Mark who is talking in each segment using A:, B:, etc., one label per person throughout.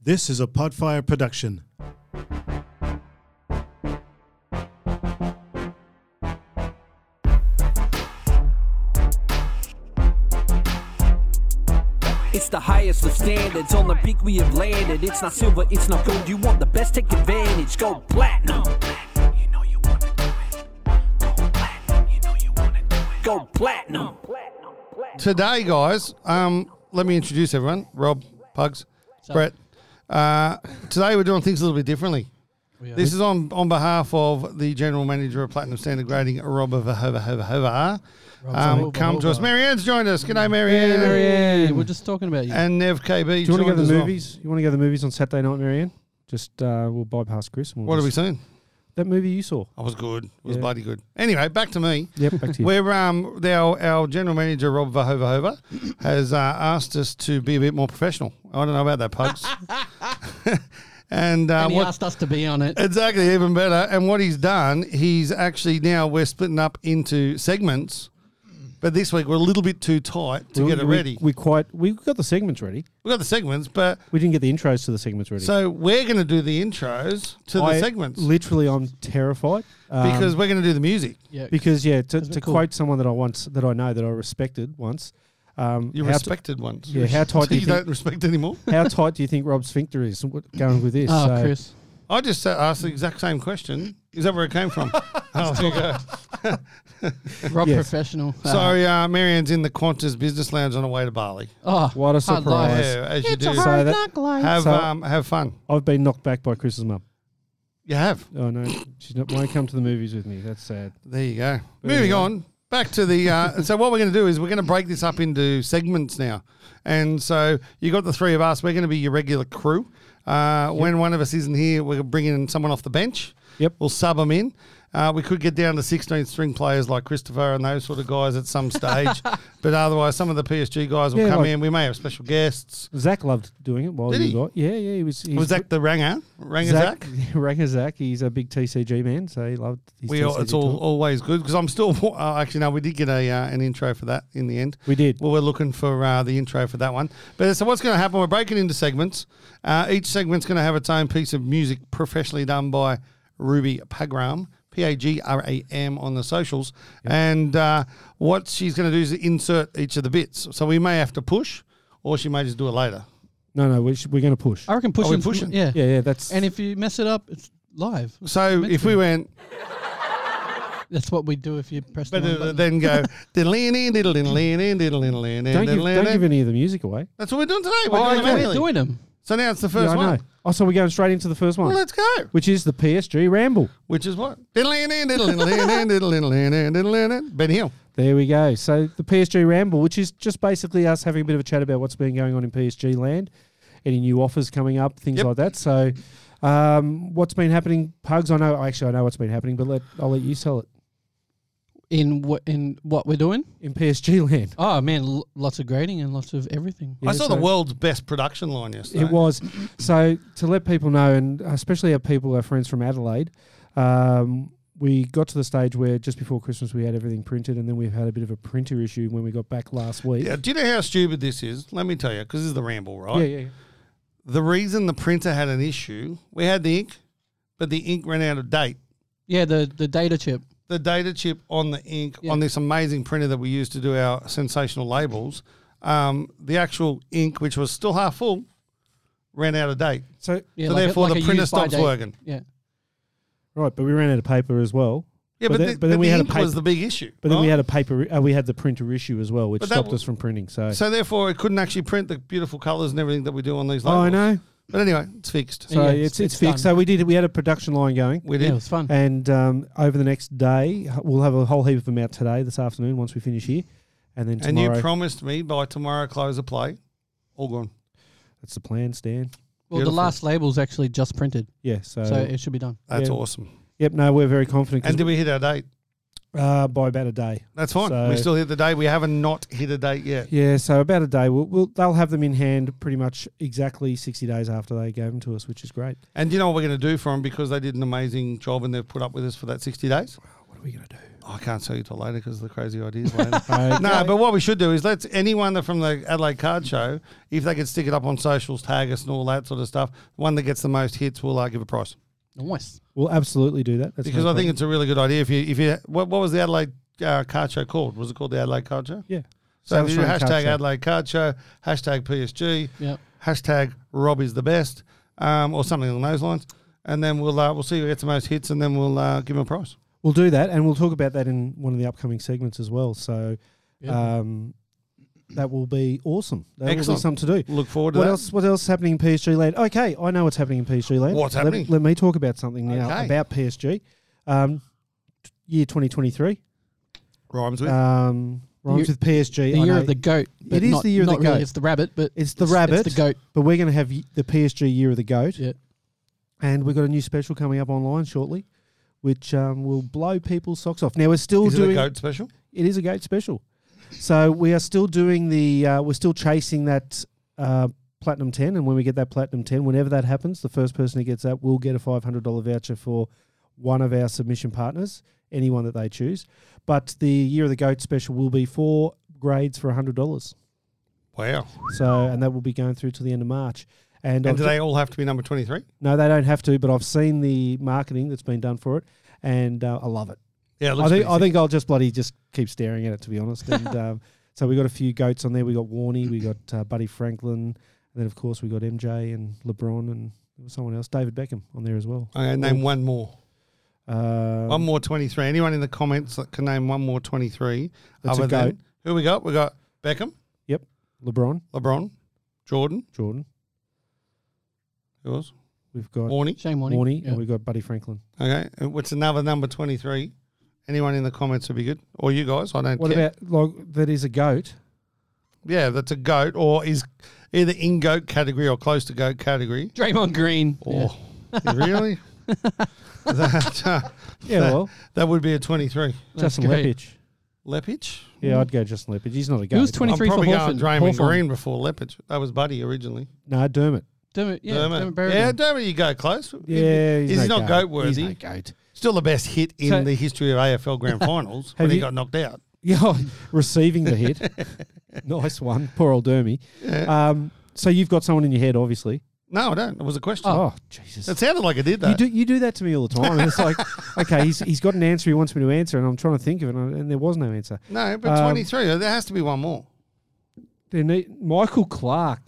A: This is a Podfire production.
B: It's the highest of standards. On the peak we have landed. It's not silver, it's not gold. You want the best, take advantage. Go platinum. Go platinum.
C: today, guys, um, let me introduce everyone. Rob, Pugs, Brett. Uh, today we're doing things a little bit differently. This is on, on behalf of the General Manager of Platinum Standard Grading, Rob Hova Um
D: Hova
C: Come to us.
D: Hova.
C: Marianne's joined us. G'day, Marianne.
D: Marianne, we're just talking about
E: Uh,
D: you.
C: And Nev KB.
E: Do you want to go to the movies? You want to go to the movies on Saturday night, Marianne? Just uh, we'll bypass Chris. And we'll
C: What have we
E: just-
C: seen?
E: That movie you saw.
C: I was good. It was
E: Yeah.
C: bloody good. Anyway, back to me.
E: Yep, back to you.
C: We're um our, our general manager Rob Vahovahova has uh, asked us to be a bit more professional. I don't know about that, pugs. and uh,
D: and he
C: what,
D: asked us to be on it.
C: exactly even better. And what he's done, he's actually now we're splitting up into segments. But this week we're a little bit too tight to
E: We-
C: get it
E: we-
C: ready.
E: We quite we got the segments ready.
C: We got the segments, but
E: We didn't get the intros to the segments ready.
C: so we're going to do the intros to the
E: I-
C: segments
E: Literally, I'm terrified um,
C: because we're going to do the music.
D: Yeah,
E: because yeah, to,
D: That's a
E: to
D: bit cool.
E: quote someone that I once that I know that I respected once. Um,
C: You
E: how t-
C: respected once.
E: yeah, how tight do
C: you
E: you think-
C: don't respect anymore.
E: how tight do you think Rob's sphincter is? What- Going with this,
D: oh,
E: so-
D: Chris.
C: I just uh, asked the exact same question. Is that where it came from? oh, there you go.
D: Rob
E: Yes.
D: Professional. Uh,
C: Sorry, uh, Marianne's in the Qantas Business Lounge on her way to Bali.
D: Oh,
E: What a
D: hard life.
E: surprise.
C: Yeah, as you do.
E: hard- So that-
C: Have
E: So-
C: um, have fun.
E: I've been knocked back by Chris's mum.
C: You have.
E: Oh no, she won't come to the movies with me. That's sad.
C: There you go. Moving on. Back to the uh, so what we're going to do is we're going to break this up into segments now, and so you got the three of us. We're going to be your regular crew. Uh, When one of us isn't here, we're bringing in someone off the bench.
E: Yep.
C: we'll sub them in. Uh, we could get down to 16 string players like Christopher and those sort of guys at some stage, but otherwise, some of the PSG guys will
E: Yeah,
C: come
E: like-
C: in. We may have special guests.
E: Zach loved doing it while
C: Did
E: you
C: he?
E: got. Yeah, yeah, he was. He
C: Was Zach the ranger? Ranger Zach?
E: Zach, Ranger Zach, he's a big TCG man, so he loved. His
C: We all,
E: TCG
C: it's all,
E: talk.
C: always good because I'm still uh, actually no, we did get a uh, an intro for that in the end.
E: We did.
C: Well, we're looking for uh, the intro for that one. But so what's going to happen? We're breaking into segments. Uh, each segment's going to have its own piece of music professionally done by Ruby Pagram. P A G R A M on the socials, and uh, what she's going to do is insert each of the bits. So we may have to push, or she may just do it later.
E: No, no, we sh- we're going to push.
D: I reckon pushing.
C: we pushing?
D: Yeah.
E: Yeah, yeah, that's.
D: And if you mess it up, it's live.
C: So if we went,
D: That's what we do if you press the
C: but
D: wrong
C: uh,
D: button.
C: then go, diddle-in-in, diddle-in-in, diddle-in-in,
E: don't give, don't
C: diddle-in-in.
E: give any of the music away.
C: That's what we're doing today. We're
E: Oh,
C: doing it
E: okay.
C: manually.
D: doing them.
C: So now it's the
E: Yeah,
C: first
E: I know.
C: one.
E: Oh, so we're going straight into the first
C: Well,
E: one,
C: let's go.
E: which is the PSG Ramble.
C: Which is what? Ben Hill.
E: There we go. So the PSG Ramble, which is just basically us having a bit of a chat about what's been going on in PSG land, any new offers coming up, things
C: Yep.
E: like that. So, um, what's been happening, Pugs? I know, actually, I know what's been happening, but let I'll let you sell it
D: In what in what we're doing?
E: in PSG land.
D: Oh man, l- lots of grading and lots of everything.
C: I
E: Yeah,
C: saw the
E: so-
C: world's best production line yesterday.
E: It was. So to let people know, and especially our people, our friends from Adelaide, um, we got to the stage where just before Christmas we had everything printed, and then we've had a bit of a printer issue when we got back last week.
C: Yeah, do you know how stupid this is? Let me tell you, because this is the ramble, right?
E: yeah, yeah. yeah.
C: The reason the printer had an issue, we had the ink, but the ink ran out of date.
D: Yeah, the the data chip.
C: The data chip on the ink
D: Yeah.
C: on this amazing printer that we used to do our sensational labels, um, the actual ink, which was still half full, ran out of date.
E: So
D: Yeah,
C: So
D: like a-
C: therefore
D: like
C: the
D: a
C: printer
D: use by
C: stops
D: date.
C: working.
D: Yeah.
E: right, but we ran out of paper as well.
C: Yeah, but,
E: But
C: the,
E: then- but then
C: but
E: we
C: the
E: had a
C: ink was
E: paper-
C: the big issue.
E: But then we
C: right?
E: had a paper. Uh, we had the printer issue as well, which
C: But that
E: stopped
C: w-
E: us from printing. So,
C: So therefore, it couldn't actually print the beautiful colours and everything that we do on these
E: oh,
C: labels.
E: I know.
C: But anyway, it's fixed.
E: So
D: Yeah,
E: it's,
D: it's-
E: it's
D: it's
E: fixed.
D: done.
E: So we did. We had a production line going,
C: we
D: Yeah,
C: did.
D: it was fun.
E: and um, over the next day we'll have a whole heap of them out today this afternoon once we finish here, and then
C: and you
E: tomorrow.
C: promised me by tomorrow close of play, all gone.
E: that's the plan, Stan.
D: Well,
C: Beautiful.
D: the last label's actually just printed,
E: Yeah. So,
D: so it should be done.
C: That's
E: Yeah.
C: awesome.
E: yep. No, we're very confident. 'cause
C: And did we hit our date?
E: Uh, by about a day.
C: That's fine.
E: So-
C: we still hit the date. We haven't not hit a date yet.
E: Yeah, so about a day. We'll, we'll they'll have them in hand pretty much exactly sixty days after they gave them to us, which is great.
C: And you know what we're going to do for them because they did an amazing job and they've put up with us for that 60 days?
E: are we going to do?
C: I can't tell you till later because of the crazy ideas. later.
E: Okay.
C: No, but what we should do is let anyone that from the Adelaide Card Show, if they could stick it up on socials, tag us and all that sort of stuff, one that gets the most hits, we'll uh, give a price.
D: Nice.
E: We'll absolutely do that. That's
C: Because
E: no
C: I think
E: problem.
C: it's a really good idea. If you, if you, what, what was the Adelaide uh, Card Show called? Was it called the Adelaide Card Show?
E: yeah.
C: So
E: South
C: if you do
E: Australian
C: hashtag
E: culture.
C: Adelaide Card Show, hashtag PSG,
D: Yep.
C: hashtag Rob is the best, um, or something along those lines, and then we'll uh, we'll see who gets the most hits, and then we'll uh, give him a prize.
E: We'll do that, and we'll talk about that in one of the upcoming segments as well. So,
D: Yeah.
E: um, that will be awesome. That will
C: Excellent.
E: be something to do.
C: Look forward to
E: What
C: that.
E: else? What else is happening in PSG land? Okay, I know what's happening in PSG land.
C: What's
E: Let-
C: happening?
E: Let, me talk about something now
C: Okay.
E: about PSG. Um, t- year twenty twenty three.
C: Rhymes with.
E: Um, rhymes
D: Year-
E: with PSG.
D: The
E: I
D: year
E: know.
D: of the goat. but
E: It is
D: not-
E: the year of the
D: not really,
E: goat.
D: It's the rabbit, but
E: It's the rabbit.
D: It's the goat.
E: but we're going to have y- the PSG year of the goat.
D: Yeah.
E: And we've got a new special coming up online shortly, which um, will blow people's socks off. Now we're still
C: is it
E: doing
C: a goat special?
E: it is a goat special. So we are still doing the uh, we're still chasing that uh, platinum ten, and when we get that platinum ten, whenever that happens, the first person who gets that will get a five hundred dollar voucher for one of our submission partners, anyone that they choose. But the year of the goat special will be four grades for hundred dollars.
C: Wow.
E: So and that will be going through to the end of March. And,
C: And
E: I've
C: do they all have to be number 23?
E: No, they don't have to, but I've seen the marketing that's been done for it, and uh, I love it.
C: Yeah, it
E: I
C: looks
E: think
C: pretty
E: I
C: sick.
E: think I'll just bloody just keep staring at it to be honest. And um, so we got a few goats on there. We got Warney, we got uh, Buddy Franklin, and then of course we got MJ and LeBron and there was someone else, David Beckham, on there as well.
C: Okay,
E: Oh.
C: name one more.
E: Um,
C: one more 23. Anyone in the comments that can name one more 23
E: That's a
C: other
E: goat.
C: than who we got? We got Beckham,
E: LeBron,
C: LeBron, Jordan,
E: Jordan.
C: who else?
E: We've got
C: Warney.
D: Shane Warne.
E: Warney,
D: Yeah.
E: and we've got Buddy Franklin.
C: Okay, and what's another number 23? Anyone in the comments would be good. Or you guys, I don't
E: What
C: care.
E: about like that is a goat?
C: yeah, that's a goat or is either in goat category or close to goat category.
D: Draymond Green. Yeah.
C: Oh, really? that, uh,
E: Yeah, well,
C: that would be a 23.
D: That's
E: Justin
D: great.
E: Lepage.
C: Lepich?
E: Yeah, I'd go Justin Lepage. He's not a goat.
D: He was
C: I'm
D: 23
C: probably
D: for
C: going
D: Hawthorn.
C: Draymond Green before Lepich. That was Buddy originally.
E: No, Dermot.
D: Dermot, yeah,
C: Dermot.
D: Dermot Berrigan.
C: Yeah, Dermot, you go close.
E: Yeah,
C: he's,
E: he's, no
C: not goat
E: He's
C: worthy.
E: no goat.
C: Still the best hit in
E: So-
C: the history of AFL grand finals when
E: Have
C: he
E: you-
C: got knocked out.
E: Yeah, receiving the hit. nice one. Poor old Dermy. Um, so you've got someone in your head, obviously.
C: No, I don't. It was a question.
E: Oh, Jesus.
C: It sounded like it did
E: you
C: that.
E: do you do that to me all the time. And it's like, okay, he's, he's got an answer he wants me to answer, and I'm trying to think of it, and, I- and there was no answer.
C: No, but
E: Um,
C: 23. There has to be one more.
E: There need- Michael Clark.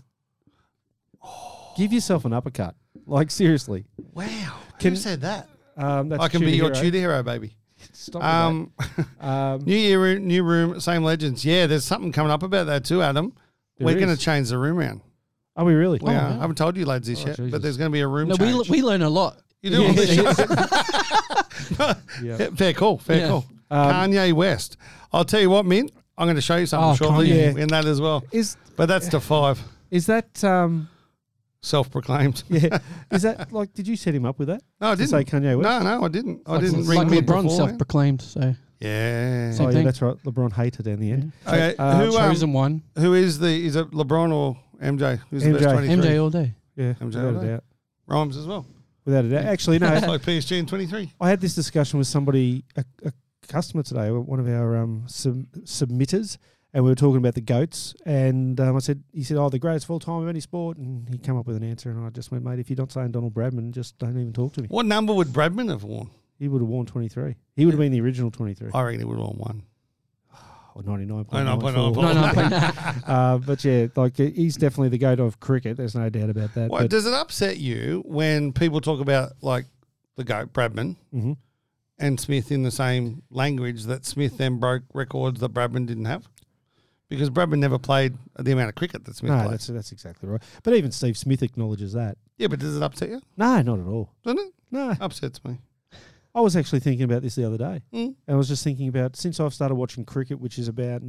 E: Give yourself an uppercut. Like, seriously.
C: Wow.
E: Can-
C: Who said that?
E: Um, that's
C: I can
E: Tudor
C: be your
E: hero.
C: tutor hero, baby.
E: Stop with that.
C: Um,
E: Um,
C: new year, new room, same legends. Yeah, there's something coming up about that too, Adam.
E: There
C: We're going
E: is.
C: to change the room round.
E: are we really?
C: We are. I haven't told you lads this
E: Oh,
C: yet,
E: Jesus.
C: but there's going to be a room
D: No, we,
C: change.
D: we learn a lot.
C: you do all this shit.
E: Yeah.
C: Yeah, fair call. Fair
D: Yeah.
C: call.
E: Um,
C: Kanye West. I'll tell you what, Mint. I'm going to show you something
E: Oh,
C: shortly
E: Kanye.
C: in that as well.
E: Is
C: But that's to five,
E: is that um
C: self-proclaimed.
E: yeah is that like did you set him up with that?
C: No, I
E: To
C: didn't.
E: say Kanye West?
C: No, no, I didn't. I
D: Like-
C: didn't ring
D: like
C: Mint
D: LeBron
C: before.
D: self-proclaimed, so
C: Yeah.
D: Same
E: oh,
D: thing.
E: yeah, that's right. LeBron hated in the end.
C: Okay.
E: Uh,
C: who, um,
D: chosen one.
C: who is the? Is it LeBron or MJ? Who's the
E: MJ.
C: best twenty-three?
D: MJ all day.
E: Yeah,
C: I'm
E: without
C: sorry.
E: a doubt.
C: Rhymes as well.
E: Without a doubt. Actually,
C: It's
E: no.
C: like PSG in twenty-three.
E: I had this discussion with somebody, a, a customer today, one of our um, sub- submitters, and we were talking about the goats. And um, I said, he said, "Oh, the greatest of all time of any sport," and he came up with an answer, and I just went, "Mate, if you're not saying Donald Bradman, just don't even talk to me."
C: What number would Bradman have worn?
E: He would have worn 23. He would have been the original 23
C: I reckon he would have worn one.
E: or 99.
C: I know, but
E: Oh,
D: No, no, but
E: Uh, but yeah, like he's definitely the goat of cricket. There's no doubt about that.
C: Why,
E: but-
C: does it upset you when people talk about like the goat Bradman
E: Mhm.
C: and Smith in the same language that Smith then broke records that Bradman didn't have? Because Bradman never played the amount of cricket that Smith
E: no,
C: played.
E: that's that's exactly right. But even Steve Smith acknowledges that.
C: yeah, but does it upset you?
E: No, not at all.
C: Doesn't it?
E: No,
C: Upsets me.
E: I was actually thinking about this the other day.
C: Mm.
E: I was just thinking about since I've started watching cricket, which is about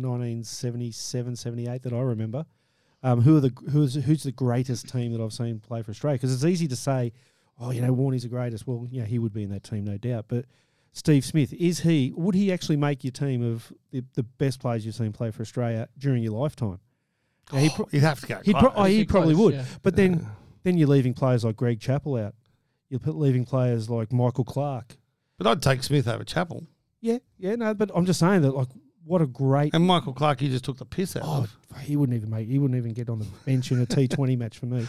E: 1977, 78 that I remember. Um, who are the who's who's the greatest team that I've seen play for Australia? Because it's easy to say, oh, you know, Warnie's the greatest. Well, yeah, he would be in that team, no doubt. But Steve Smith is he? Would he actually make your team of the, the best players you've seen play for Australia during your lifetime? Now, he pro-
C: You'd have to go.
E: He, pro-
C: close.
E: oh, he
D: Pretty
E: probably
D: close,
E: would.
D: yeah.
E: But then, then you're leaving players like Greg Chappell out. You're put leaving players like Michael Clark.
C: but I'd take Smith over Chapel.
E: Yeah, yeah, no, but I'm just saying that like what a great
C: And Michael Clark, he just took the piss out
E: oh,
C: of.
E: he wouldn't even make he wouldn't even get on the bench in a T twenty match for me.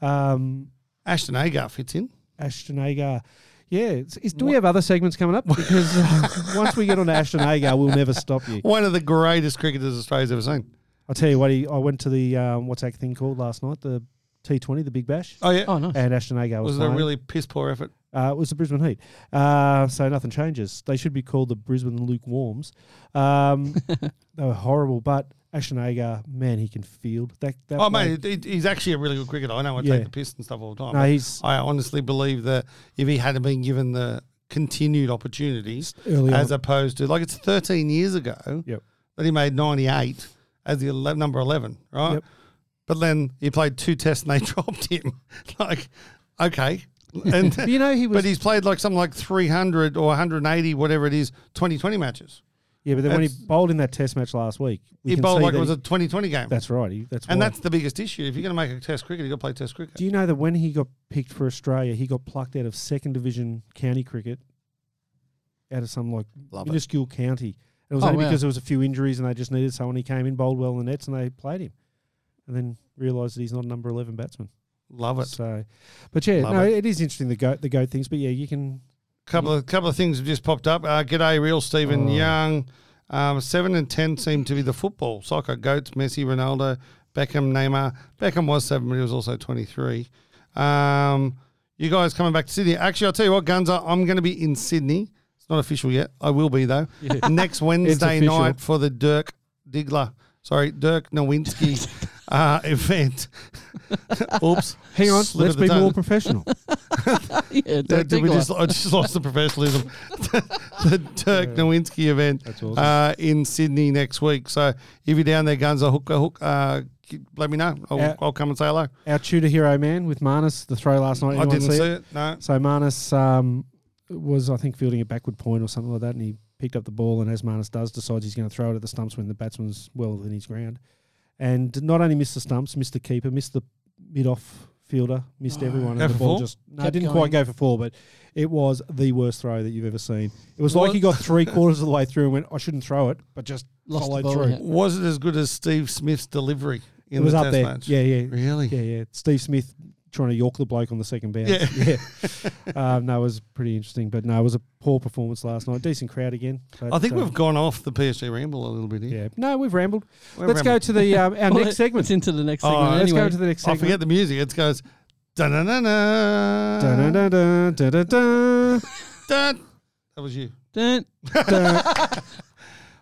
E: Um
C: Ashton Agar fits in.
E: Ashton Agar. Yeah, it's, is, do we have other segments coming up? Because uh, once we get on to Ashton Agar, we'll never stop you.
C: One of the greatest cricketers Australia's ever seen.
E: I'll tell you what, he, I went to the, um, what's that thing called last night? The T20, the Big Bash.
C: Oh, yeah.
D: Oh, nice.
E: And Ashton Agar was,
C: was it a
E: playing.
C: really piss poor effort?
E: Uh, it was the Brisbane Heat. Uh, so nothing changes. They should be called the Brisbane Lukewarms. Um, they were horrible, but Ashton Agar, man, he can field. That, that
C: Oh,
E: bloke-
C: mate, it- it- he's actually a really good cricketer. I know I
E: Yeah.
C: take the piss and stuff all the time.
E: No,
C: but
E: he's
C: I honestly believe that if he hadn't been given the continued opportunities,
E: early
C: as
E: on.
C: opposed to like it's 13 years ago
E: Yep.
C: that he made 98 as the 11, number 11, right?
E: Yep.
C: But then he played two tests and they dropped him. like, okay. And
E: you know, he was.
C: but he's played like something like 300 or 180, whatever it is, 2020 matches.
E: yeah, but then when he
C: that's-
E: bowled in that Test match last week, we
C: he
E: can
C: bowled
E: see
C: like it
E: that
C: was
E: he-
C: a 2020 game.
E: That's right. He, that's
C: and
E: why.
C: that's the biggest issue. If you're going to make a test cricket, you've got to play test cricket.
E: Do you know that when he got picked for Australia, he got plucked out of second division county cricket, out of some like
C: Love it.
E: minuscule county. And it was
D: Oh,
E: only
D: wow.
E: because there was a few injuries and they just needed someone. He came in, bowled well in the nets, and they played him. And then realised that he's not a number eleven batsman.
C: Love it.
E: So, uh, but yeah,
C: Love
E: no,
C: it.
E: it is interesting the goat the goat things. But yeah, you can.
C: couple of couple of things have just popped up. Uh, g'day, real Stephen
E: Oh.
C: Young. Um, seven and ten seem to be the football soccer goats. Messi, Ronaldo, Beckham, Neymar. Beckham was seven, but he was also twenty three. Um, you guys coming back to Sydney? Actually, I'll tell you what, Gunza. I'm going to be in Sydney. It's not official yet. I will be though next Wednesday
E: official.
C: night for the Dirk Diggler. Sorry, Dirk Nowinski uh, event. Oops.
E: Hang on,
C: Slip
E: let's
C: of the
E: be
C: tongue.
E: more professional.
D: yeah,
C: Uh,
D: Dirk
C: did we
D: Diggler.
C: just, I just lost the professionalism. the Dirk Nowinski event
E: That's awesome.
C: uh, in Sydney next week. So if you're down there, guns are hook, a hook. Uh, g- let me know. I'll,
E: Yeah.
C: I'll come and say hello.
E: Our Tudor hero man with Marnus the throw last night.
C: I
E: Anyone
C: didn't
E: see
C: see
E: it?
C: it. No.
E: So Marnus um, was, I think, fielding a backward point or something like that, and he picked up the ball. And as Marnus does, decides he's going to throw it at the stumps when the batsman's well within his ground, and not only missed the stumps, missed the keeper, missed the mid-off fielder, missed everyone,
C: Go
E: and the
C: for
E: ball
C: four?
E: just no,
D: Oh. Kept
E: didn't
D: going.
E: quite go for four, but it was the worst throw that you've ever seen. It was like
C: What?
E: he got three quarters of the way through and went, "I shouldn't throw it," but just
D: Lost the
E: followed
D: ball,
E: through.
D: yeah.
C: Was it as good as Steve Smith's delivery in
E: It was
C: the
E: up
C: test
E: there,
C: match?
E: yeah, yeah,
C: Really?
E: yeah, yeah. Steve Smith trying to york the bloke on the second bounce.
C: Yeah.
E: yeah. um, no, it was pretty interesting, but no, it was a poor performance last night. Decent crowd again. but,
C: I think
E: uh,
C: we've gone off the PSG ramble a little bit here.
E: Yeah. No, we've rambled.
C: We're
E: Let's go
C: rambling.
E: to the um, our
D: Well,
E: next
D: Oh, It's
E: segment.
D: into the next
C: Oh,
D: segment.
C: let's
E: Let's
D: anyway.
E: go to the next
C: I
E: segment.
C: forget the music. It goes. da-na-na-na,
E: Dun, dun, dun, dun, dun, dun,
C: dun. That was you.
D: Dun.
E: dun,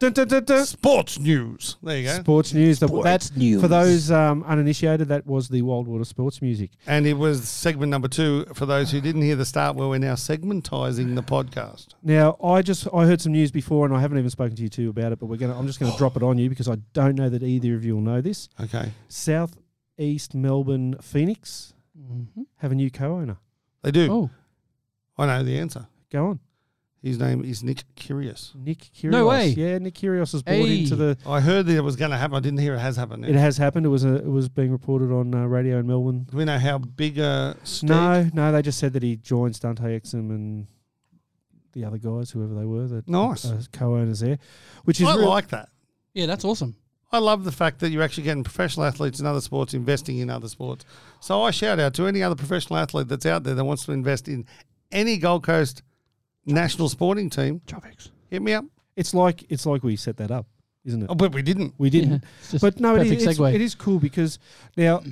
E: dun, dun, dun.
C: Sports news. There you go.
E: Sports news. The, that,
D: news.
E: for those um, uninitiated, that was the Wildwater sports music.
C: And it was segment number two for those who didn't hear the start where we're now segmentizing the podcast.
E: Now, I just I heard some news before, and I haven't even spoken to you two about it. But we're gonna I'm just gonna drop it on you because I don't know that either of you will know this.
C: Okay.
E: South East Melbourne Phoenix
D: Mhm.
E: have a new co-owner.
C: They do.
D: Oh,
C: I know the answer.
E: Go on,
C: His name is Nick Curious.
E: Nick Kyrgios.
D: No way.
E: Yeah, Nick Kyrgios is bought
D: Hey.
E: into the.
C: I heard that it was going to happen. I didn't hear it has happened.
E: It has happened. It was a, it was being reported on uh, radio in Melbourne.
C: do we know how big a stake?
E: No, no, they just said that he joins Dante Exum and the other guys, whoever they were, that
C: Nice.
E: uh, co-owners there, which is
C: I
E: real-
C: like that.
D: yeah, that's awesome.
C: I love the fact that you're actually getting professional athletes in other sports investing in other sports. So I shout out to any other professional athlete that's out there that wants to invest in any Gold Coast national sporting team.
D: Tropics.
C: Hit me up.
E: it's like it's like we set that up, isn't it?
C: Oh, but we didn't.
E: We didn't. but no, it
D: perfect
E: is, it's,
D: segue.
E: it is cool because now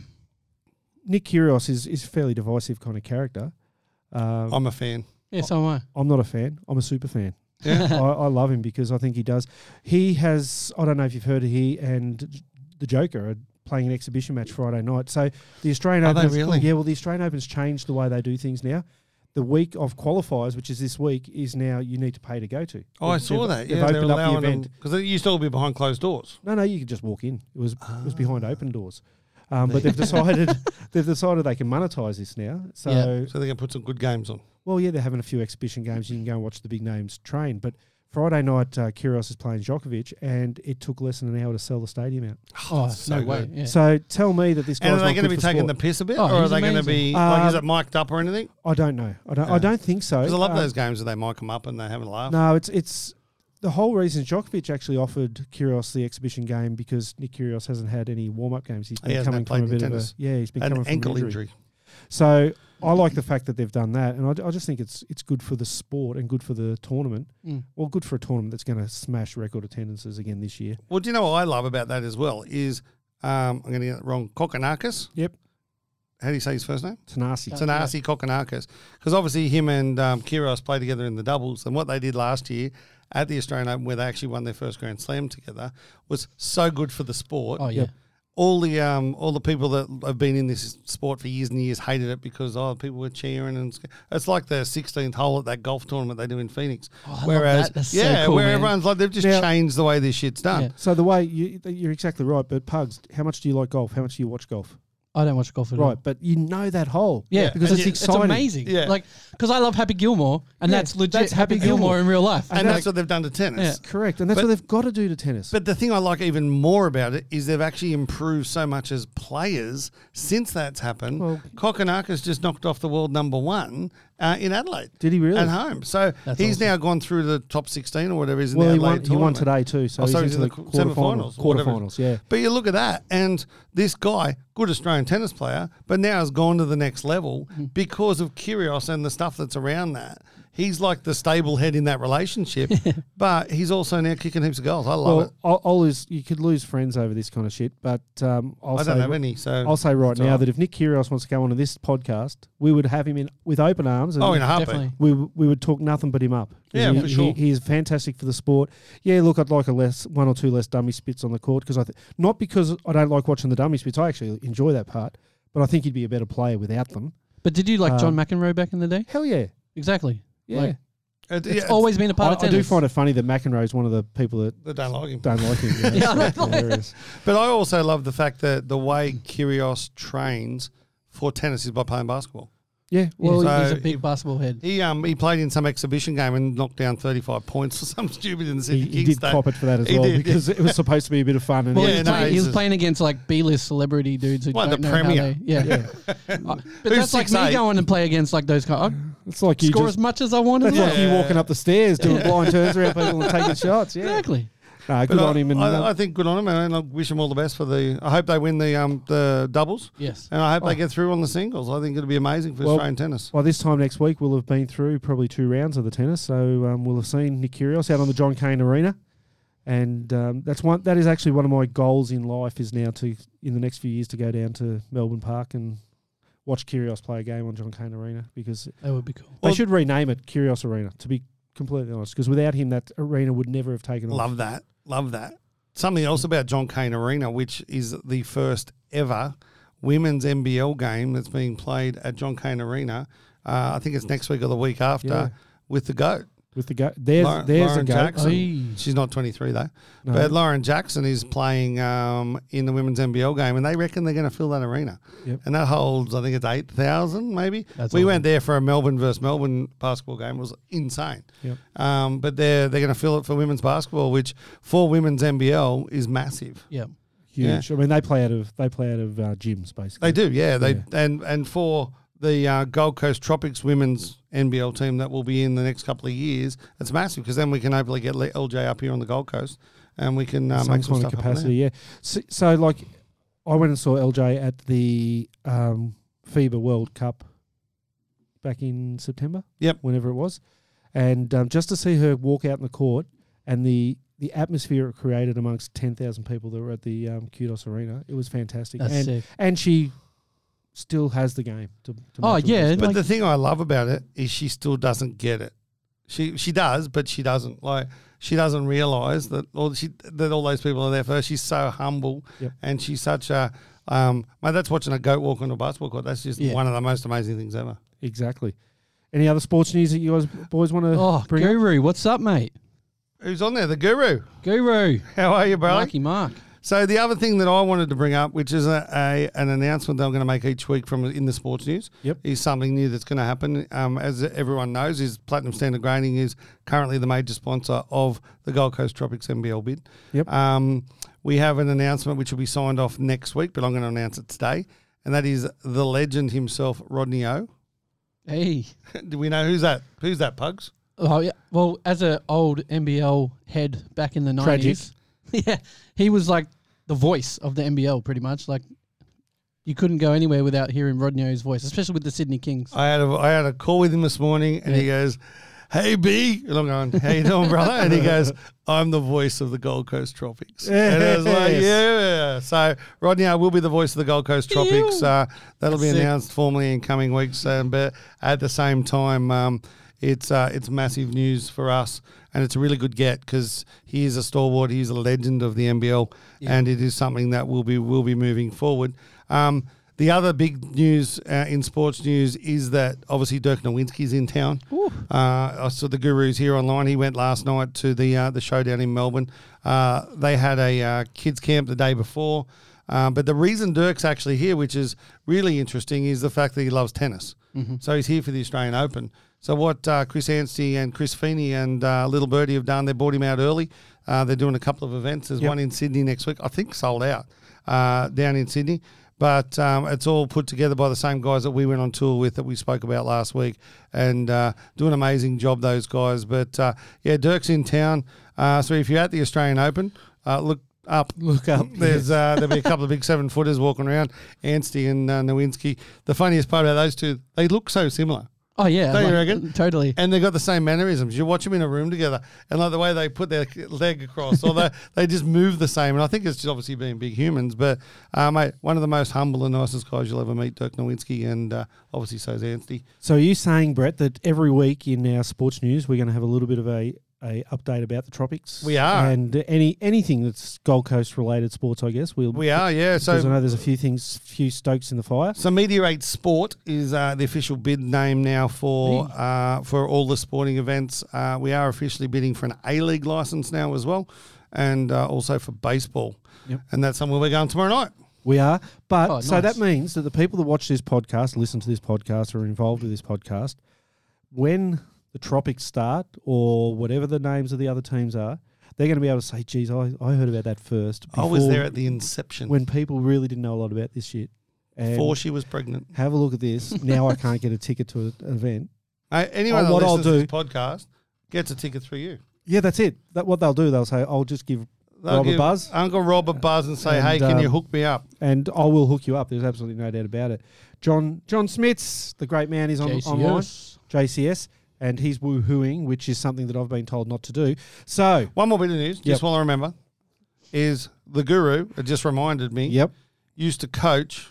E: Nick Kyrgios is is a fairly divisive kind of character. Um,
C: I'm a fan.
D: yeah, so am I.
E: I'm not a fan. I'm a super fan.
C: Yeah.
E: I, I love him because I think he does. He has. I don't know if you've heard. He and J- the Joker are playing an exhibition match Friday night. So the Australian
C: Are they
E: Open.
C: really?
E: Yeah. Well, the Australian Open's changed the way they do things now. The week of qualifiers, which is this week, is now you need to pay to go to.
C: Oh, I
E: They've-
C: saw
E: they've-
C: that.
E: They've
C: Yeah, they're
E: opened up
C: allowing
E: the event.
C: because it used to all be behind closed doors.
E: No, no, you could just walk in. It was it
C: Ah.
E: was behind open doors, um, but they've decided they've decided they can monetize this now. So,
D: Yeah.
C: So they can put some good games on.
E: well, yeah, they're having a few exhibition games. You can go and watch the big names train. But Friday night, uh, Kyrgios is playing Djokovic, and it took less than an hour to sell the stadium out.
D: Oh,
C: so
D: no way.
C: good.
D: Yeah.
E: So tell me that this guy's
C: And are they
E: going to
C: be taking the piss a bit,
D: Oh,
C: or are
D: he's
C: they going to be
D: amazing.
C: like is
E: Um,
C: it mic'd up or anything?
E: I don't know. I don't.
C: Yeah.
E: I don't think so.
C: Because I love
E: Um,
C: those games where they mic them up and they have a laugh.
E: No, it's it's the whole reason Djokovic actually offered Kyrgios the exhibition game because Nick Kyrgios hasn't had any warm up games. He's
C: He
E: been
C: hasn't
E: coming
C: played
E: from a bit
C: tennis.
E: of a yeah. He's been coming
C: An
E: from
C: ankle
E: injury.
C: injury.
E: So I like the fact that they've done that, and I, d- I just think it's it's good for the sport and good for the tournament.
D: Mm.
E: Well, good for a tournament that's going to smash record attendances again this year.
C: Well, do you know what I love about that as well is um, I'm going to get it wrong. Kokonakis.
E: Yep.
C: How do you say his first name?
E: Tanasi.
C: It's an Arcee Kokonakis. Because obviously him and um, Kyrgios play together in the doubles. And what they did last year at the Australian Open, where they actually won their first Grand Slam together, was so good for the sport.
D: Oh yeah.
C: All the um, all the people that have been in this sport for years and years hated it because oh people were cheering and it's, it's like the 16th hole at that golf tournament they do in Phoenix.
D: Oh, I love
C: Whereas
D: that. That's so
C: yeah,
D: cool,
C: where
D: man.
C: everyone's like they've just
E: Now-
C: changed the way this shit's done.
D: Yeah.
E: So the way you, you're exactly right, but Pugs, how much do you like golf? How much do you watch golf?
D: I don't watch golf at all.
E: Right, but you know that hole,
C: Mm.
D: Yeah,
C: Yeah,
E: because
C: and
E: it's
C: you-
D: It's
E: exciting.
D: amazing.
C: Yeah.
D: Like, because I love Happy Gilmore, and
E: Yeah,
D: that's legit
E: that's Happy
D: Happy, Gilmore.
E: Gilmore.
D: in real life.
C: And,
E: And
C: that's what they've done to tennis.
E: Correct, and that's
C: But-
E: what they've got to do to tennis.
C: But the thing I like even more about it is they've actually improved so much as players since that's happened.
E: Well-
C: Kokonakis just knocked off the world number one uh, in Adelaide.
E: Did he really?
C: At home. So
D: That's
C: he's
D: awesome.
C: now gone through the top 16 or whatever is in
E: well,
C: the
E: he
C: Adelaide
E: won, he won
C: tournament.
E: today too, so
C: Oh,
E: he's
C: sorry,
E: into the, qu- quarterfinals.
C: or whatever it is.
E: Quarterfinals, yeah.
C: But you look at that, and this guy, good Australian tennis player, but now has gone to the next level
E: Mm-hmm.
C: because of Kyrgios and the stuff that's around that. He's like the stable head in that relationship, but he's also now kicking heaps of goals. I love it.
E: Well, I'll, I'll lose. You could lose friends over this kind of shit, but um, I'll
C: I
E: say,
C: don't have any, so
E: I'll say right
C: it's
E: now
C: all right.
E: that if Nick Kyrgios wants to go onto this podcast, we would have him in with open arms. And
C: Oh, in a heartbeat.
D: Definitely.
E: we we would talk nothing but him up.
C: Yeah,
E: He-
C: for
E: he-
C: sure.
E: he's fantastic for the sport. Yeah, look, I'd like a less one or two less dummy spits on the court because I th- not because I don't like watching the dummy spits. I actually enjoy that part, but I think he'd be a better player without them.
D: But did you like
E: Um,
D: John McEnroe back in the day?
E: Hell yeah,
D: Exactly.
E: yeah.
D: Like,
C: It- yeah,
D: it's
C: it's-
D: always been a part
E: I,
D: of
E: I
D: tennis.
E: do find it funny that McEnroe's one of the people that
C: They don't like him.
E: don't like him. You know,
D: Yeah, I
E: it's
D: don't like-
E: hilarious.
C: But I also love the fact that the way Kyrgios trains for tennis is by playing basketball.
E: Yeah,
D: Well,
E: well,
C: So-
D: he's a big basketball head.
C: He um he played in some exhibition game and knocked down thirty five points or something stupid in the
E: he,
C: Sydney
E: he
C: Kings
E: did
C: Day.
E: cop it for that as
C: He
E: well
C: did, yeah.
E: because it was supposed to be a bit of fun. And
D: Well,
C: Yeah,
D: he's
C: no,
D: playing,
C: he's
D: he was
C: a-
D: playing against like B-list celebrity dudes who
C: Well,
D: don't
C: the
D: know how
C: Premier.
D: they, yeah. Uh, but that's like me
C: 6'8".
D: going and play against like those guys.
E: it's like
D: I
E: you
D: score as
E: just,
D: much as I want. as
E: it's
D: well.
E: like you walking up the stairs doing
D: Yeah.
E: blind turns around people and taking shots. Yeah,
D: Exactly.
E: Nah,
C: But
E: good
C: I,
E: on him. And uh,
C: I, I think good on him, and I wish him all the best for the. I hope they win the um the doubles,
D: Yes.
C: and I hope they get through on the singles. I think it'll be amazing for
E: Oh. Well-
C: Australian tennis.
E: By this time next week, we'll have been through probably two rounds of the tennis, so um, we'll have seen Nick Kyrgios out on the John Cain Arena, and um, that's one. That is actually one of my goals in life is now to in the next few years to go down to Melbourne Park and watch Kyrgios play a game on John Cain Arena because
D: That would be cool.
E: they
C: Well-
E: should rename it Kyrgios Arena to be completely honest. Because without him, that arena would never have taken off.
C: Love that, love that. Something else about John Cain Arena, which is the first ever women's NBL game that's being played at John Cain Arena. Uh, I think it's next week or the week after
E: Yeah.
C: with the goat.
E: With the go- there's
C: Lauren-
E: there's
C: Lauren
E: a go.
C: Jackson.
D: Aye.
C: She's not 23 though.
E: No.
C: But Lauren Jackson is playing um, in the women's NBL game, and they reckon they're going to fill that arena.
E: Yep.
C: And that holds, I think it's 8,000 maybe.
D: That's
C: we
D: awesome.
C: went there for a Melbourne versus Melbourne basketball game. It was insane.
E: Yep.
C: Um, but they're, they're going to fill it for women's basketball, which for women's NBL is massive.
D: Yeah.
E: Huge. I mean, they play out of they play out of uh, gyms basically.
C: They do, yeah. They And, and for the uh, Gold Coast Tropics women's NBL team that will be in the next couple of years, it's massive because then we can hopefully get Le- LJ up here on the Gold Coast and we can uh,
E: some
C: make some
E: kind
C: stuff
E: of
C: happen there.
E: capacity. Yeah. So, so like, I went and saw LJ at the um, FIBA World Cup back in September.
C: Yep.
E: Whenever it was, and um, just to see her walk out in the court and the the atmosphere it created amongst ten thousand people that were at the um, Kudos Arena, it was fantastic.
D: That's
E: and
D: sick.
E: and she still has the game. To, to
D: Oh,
E: match with
D: yeah.
E: us.
C: But
D: Like-
C: the thing I love about it is she still doesn't get it. She she does, but she doesn't like she doesn't realize that all she that all those people are there for her. She's so humble
E: Yep.
C: and she's such a um mate, that's watching a goat walk on a basketball court. That's just
D: Yeah.
C: one of the most amazing things ever.
E: exactly. Any other sports news that you guys boys want to
D: Oh,
E: bring up?
D: Guru, what's up, mate?
C: Who's on there? The guru.
D: Guru.
C: How are you, bro?
D: Marky Mark.
C: So the other thing that I wanted to bring up, which is a, a an announcement that I'm going to make each week from in the sports news,
E: Yep.
C: is something new that's going to happen. Um, as everyone knows, is Platinum Standard Grading is currently the major sponsor of the Gold Coast Tropics NBL bid.
E: Yep.
C: Um, we have an announcement which will be signed off next week, but I'm going to announce it today, and that is the legend himself, Rodney O.
D: Hey.
C: Do we know who's that? Who's that, Pugs?
D: Oh yeah. Well, as an old NBL head back in the
E: Tragic.
D: nineties, yeah, he was like the voice of the NBL, pretty much. Like you couldn't go anywhere without hearing Rodney's voice, especially with the Sydney Kings.
C: I had a, I had a call with him this morning, and he goes, "Hey B," and I'm going, "How you doing, brother?" And he goes, "I'm the voice of the Gold Coast Tropics." And I was like,
E: Yes.
C: "Yeah." So Rodney, I will be the voice of the Gold Coast Tropics. Uh, that'll be
D: That's sick.
C: announced formally in coming weeks. Um, but at the same time, um, it's uh, it's massive news for us, and it's a really good get because he is a stalwart. He's a legend of the NBL, and it is something that will be will be moving forward. Um, the other big news uh, in sports news is that obviously Dirk Nowinski's in town. Uh, I saw the Guru's here online. He went last night to the uh, the showdown in Melbourne. Uh, they had a uh, kids camp the day before, um, but the reason Dirk's actually here, which is really interesting, is the fact that he loves tennis. So he's here for the Australian Open. So what uh, Chris Anstey and Chris Feeney and uh, Little Birdie have done, they bought him out early. Uh, they're doing a couple of events. There's one in Sydney next week. I think sold out uh, down in Sydney. But um, it's all put together by the same guys that we went on tour with that we spoke about last week, and uh, do an amazing job those guys. But uh, yeah, Dirk's in town, uh, so if you're at the Australian Open, uh, look up. Look up. There's uh, there'll be a couple of big seven footers walking around, Anstey and uh, Nowinski. The funniest part about those two, they look so similar.
D: Oh yeah,
C: Don't you
D: like,
C: reckon?
D: Totally.
C: And they've got the same mannerisms. You watch them in a room together, and like the way they put their leg across, or they, they just move the same. And I think it's just obviously being big humans. But uh, mate, one of the most humble and nicest guys you'll ever meet, Dirk Nowinski, and uh, obviously so's Anstey.
E: So are you saying, Brett, that every week in our sports news we're going to have a little bit of a, a update about the tropics?
C: We are.
E: and any anything that's Gold Coast related sports, I guess we'll
C: We are, yeah.
E: because I
C: So.
E: know there's a few things, few Stokes in the fire.
C: So Meteorate Sport is uh, the official bid name now for uh, for all the sporting events. Uh, we are officially bidding for an A League license now as well, and uh, also for baseball.
D: Yep.
C: And that's somewhere we're going tomorrow night.
E: We are, but
D: Oh,
E: so
D: nice.
E: that means that the people that watch this podcast, listen to this podcast, or are involved with this podcast, when the tropics start or whatever the names of the other teams are, they're going to be able to say, "Geez, I, I heard about that first.
C: I was
E: before
C: there at the inception
E: when people really didn't know a lot about this shit. And
C: before she was pregnant.
E: have a look at this. now I can't get a ticket to an event.
C: Uh, anyone
E: Oh,
C: that
E: what I'll
C: listens to this podcast gets a ticket through you.
E: Yeah, that's it. That what they'll do, they'll say, "I'll just give
C: They'll
E: Rob a
C: give
E: buzz."
C: Uncle Rob a buzz and say,
E: And,
C: "Hey, can
E: um,
C: you hook me up?"
E: and I will hook you up. There's absolutely no doubt about it. John John Smiths, the great man, is on
D: JCS.
E: online JCS, and he's woohooing, which is something that I've been told not to do. So,
C: One more bit of news,
E: Yep.
C: just while I remember, is the Guru. It just reminded me.
E: yep,
C: Used to coach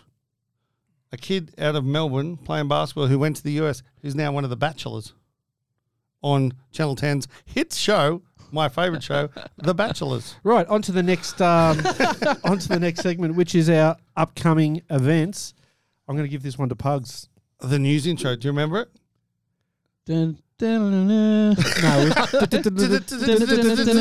C: a kid out of Melbourne playing basketball who went to the US, who's now one of the bachelors on Channel 10's hit show, my favorite show, The Bachelors.
E: right on to the next um, on to the next segment, which is our upcoming events. I'm going to give this one to Pugs.
C: The news intro. Do you remember it?
D: Dun, dun, dun, dun, dun.
E: No,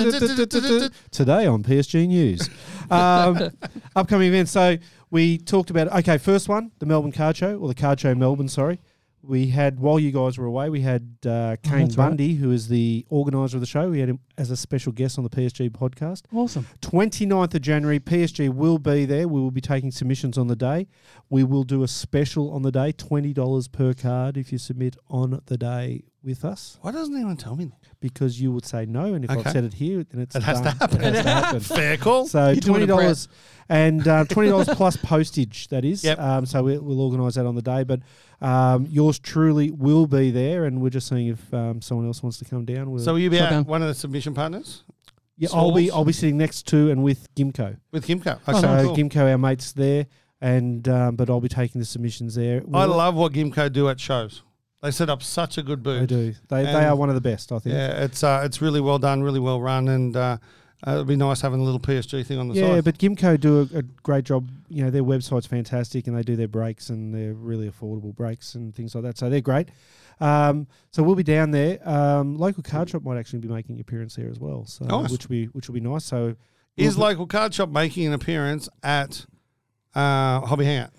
E: today on PSG News. Um, upcoming events. So we talked about okay, first one, the Melbourne Card Show or the Card Show Melbourne. Sorry, we had while you guys were away, we had uh, Kane
D: Oh, that's right.
E: Bundy, who is the organizer of the show. We had him as a special guest on the PSG podcast.
D: awesome.
E: 29th of January, PSG will be there. We will be taking submissions on the day. We will do a special on the day, $20 per card if you submit on the day with us,
C: Why doesn't anyone tell me that?
E: because you would say no. And if
C: Okay.
E: I've said it here, then it's
C: It has to
E: done.
C: happen.
E: It has to happen.
C: Fair call.
E: So
D: You're doing
E: twenty
D: a Brett.
E: dollars and uh, twenty dollars plus postage. That is.
C: Yep.
E: Um, so we, we'll organise that on the day. But um, yours truly will be there, and we're just seeing if um, someone else wants to come down. We'll,
C: So will you be
D: Shot
C: at
D: down.
C: one of the submission partners
E: yeah, I'll be
C: Smalls?
E: I'll be sitting next to and with Gimco.
C: with Kimco?
D: Oh,
E: so
D: nice.
C: cool.
E: Gimco, our mates there, and um, but I'll be taking the submissions there.
C: I
E: We'll-
C: love what Gimco do at shows. They set up such a good booth.
E: They do. They they
C: And-
E: are one of the best. I think.
C: Yeah, it's uh, it's really well done, really well run, and uh, uh, it'd be nice having a little PSG thing on the
E: Yeah,
C: side.
E: but Gimco do a, a great job. You know, their website's fantastic and they do their breaks and they're really affordable breaks and things like that. So they're great. Um, so we'll be down there. Um, local card shop might actually be making an appearance there as well. So
C: Nice.
E: which will be which will be nice. So
C: Is
E: we'll-
C: local card shop making an appearance at uh, Hobby Hangout?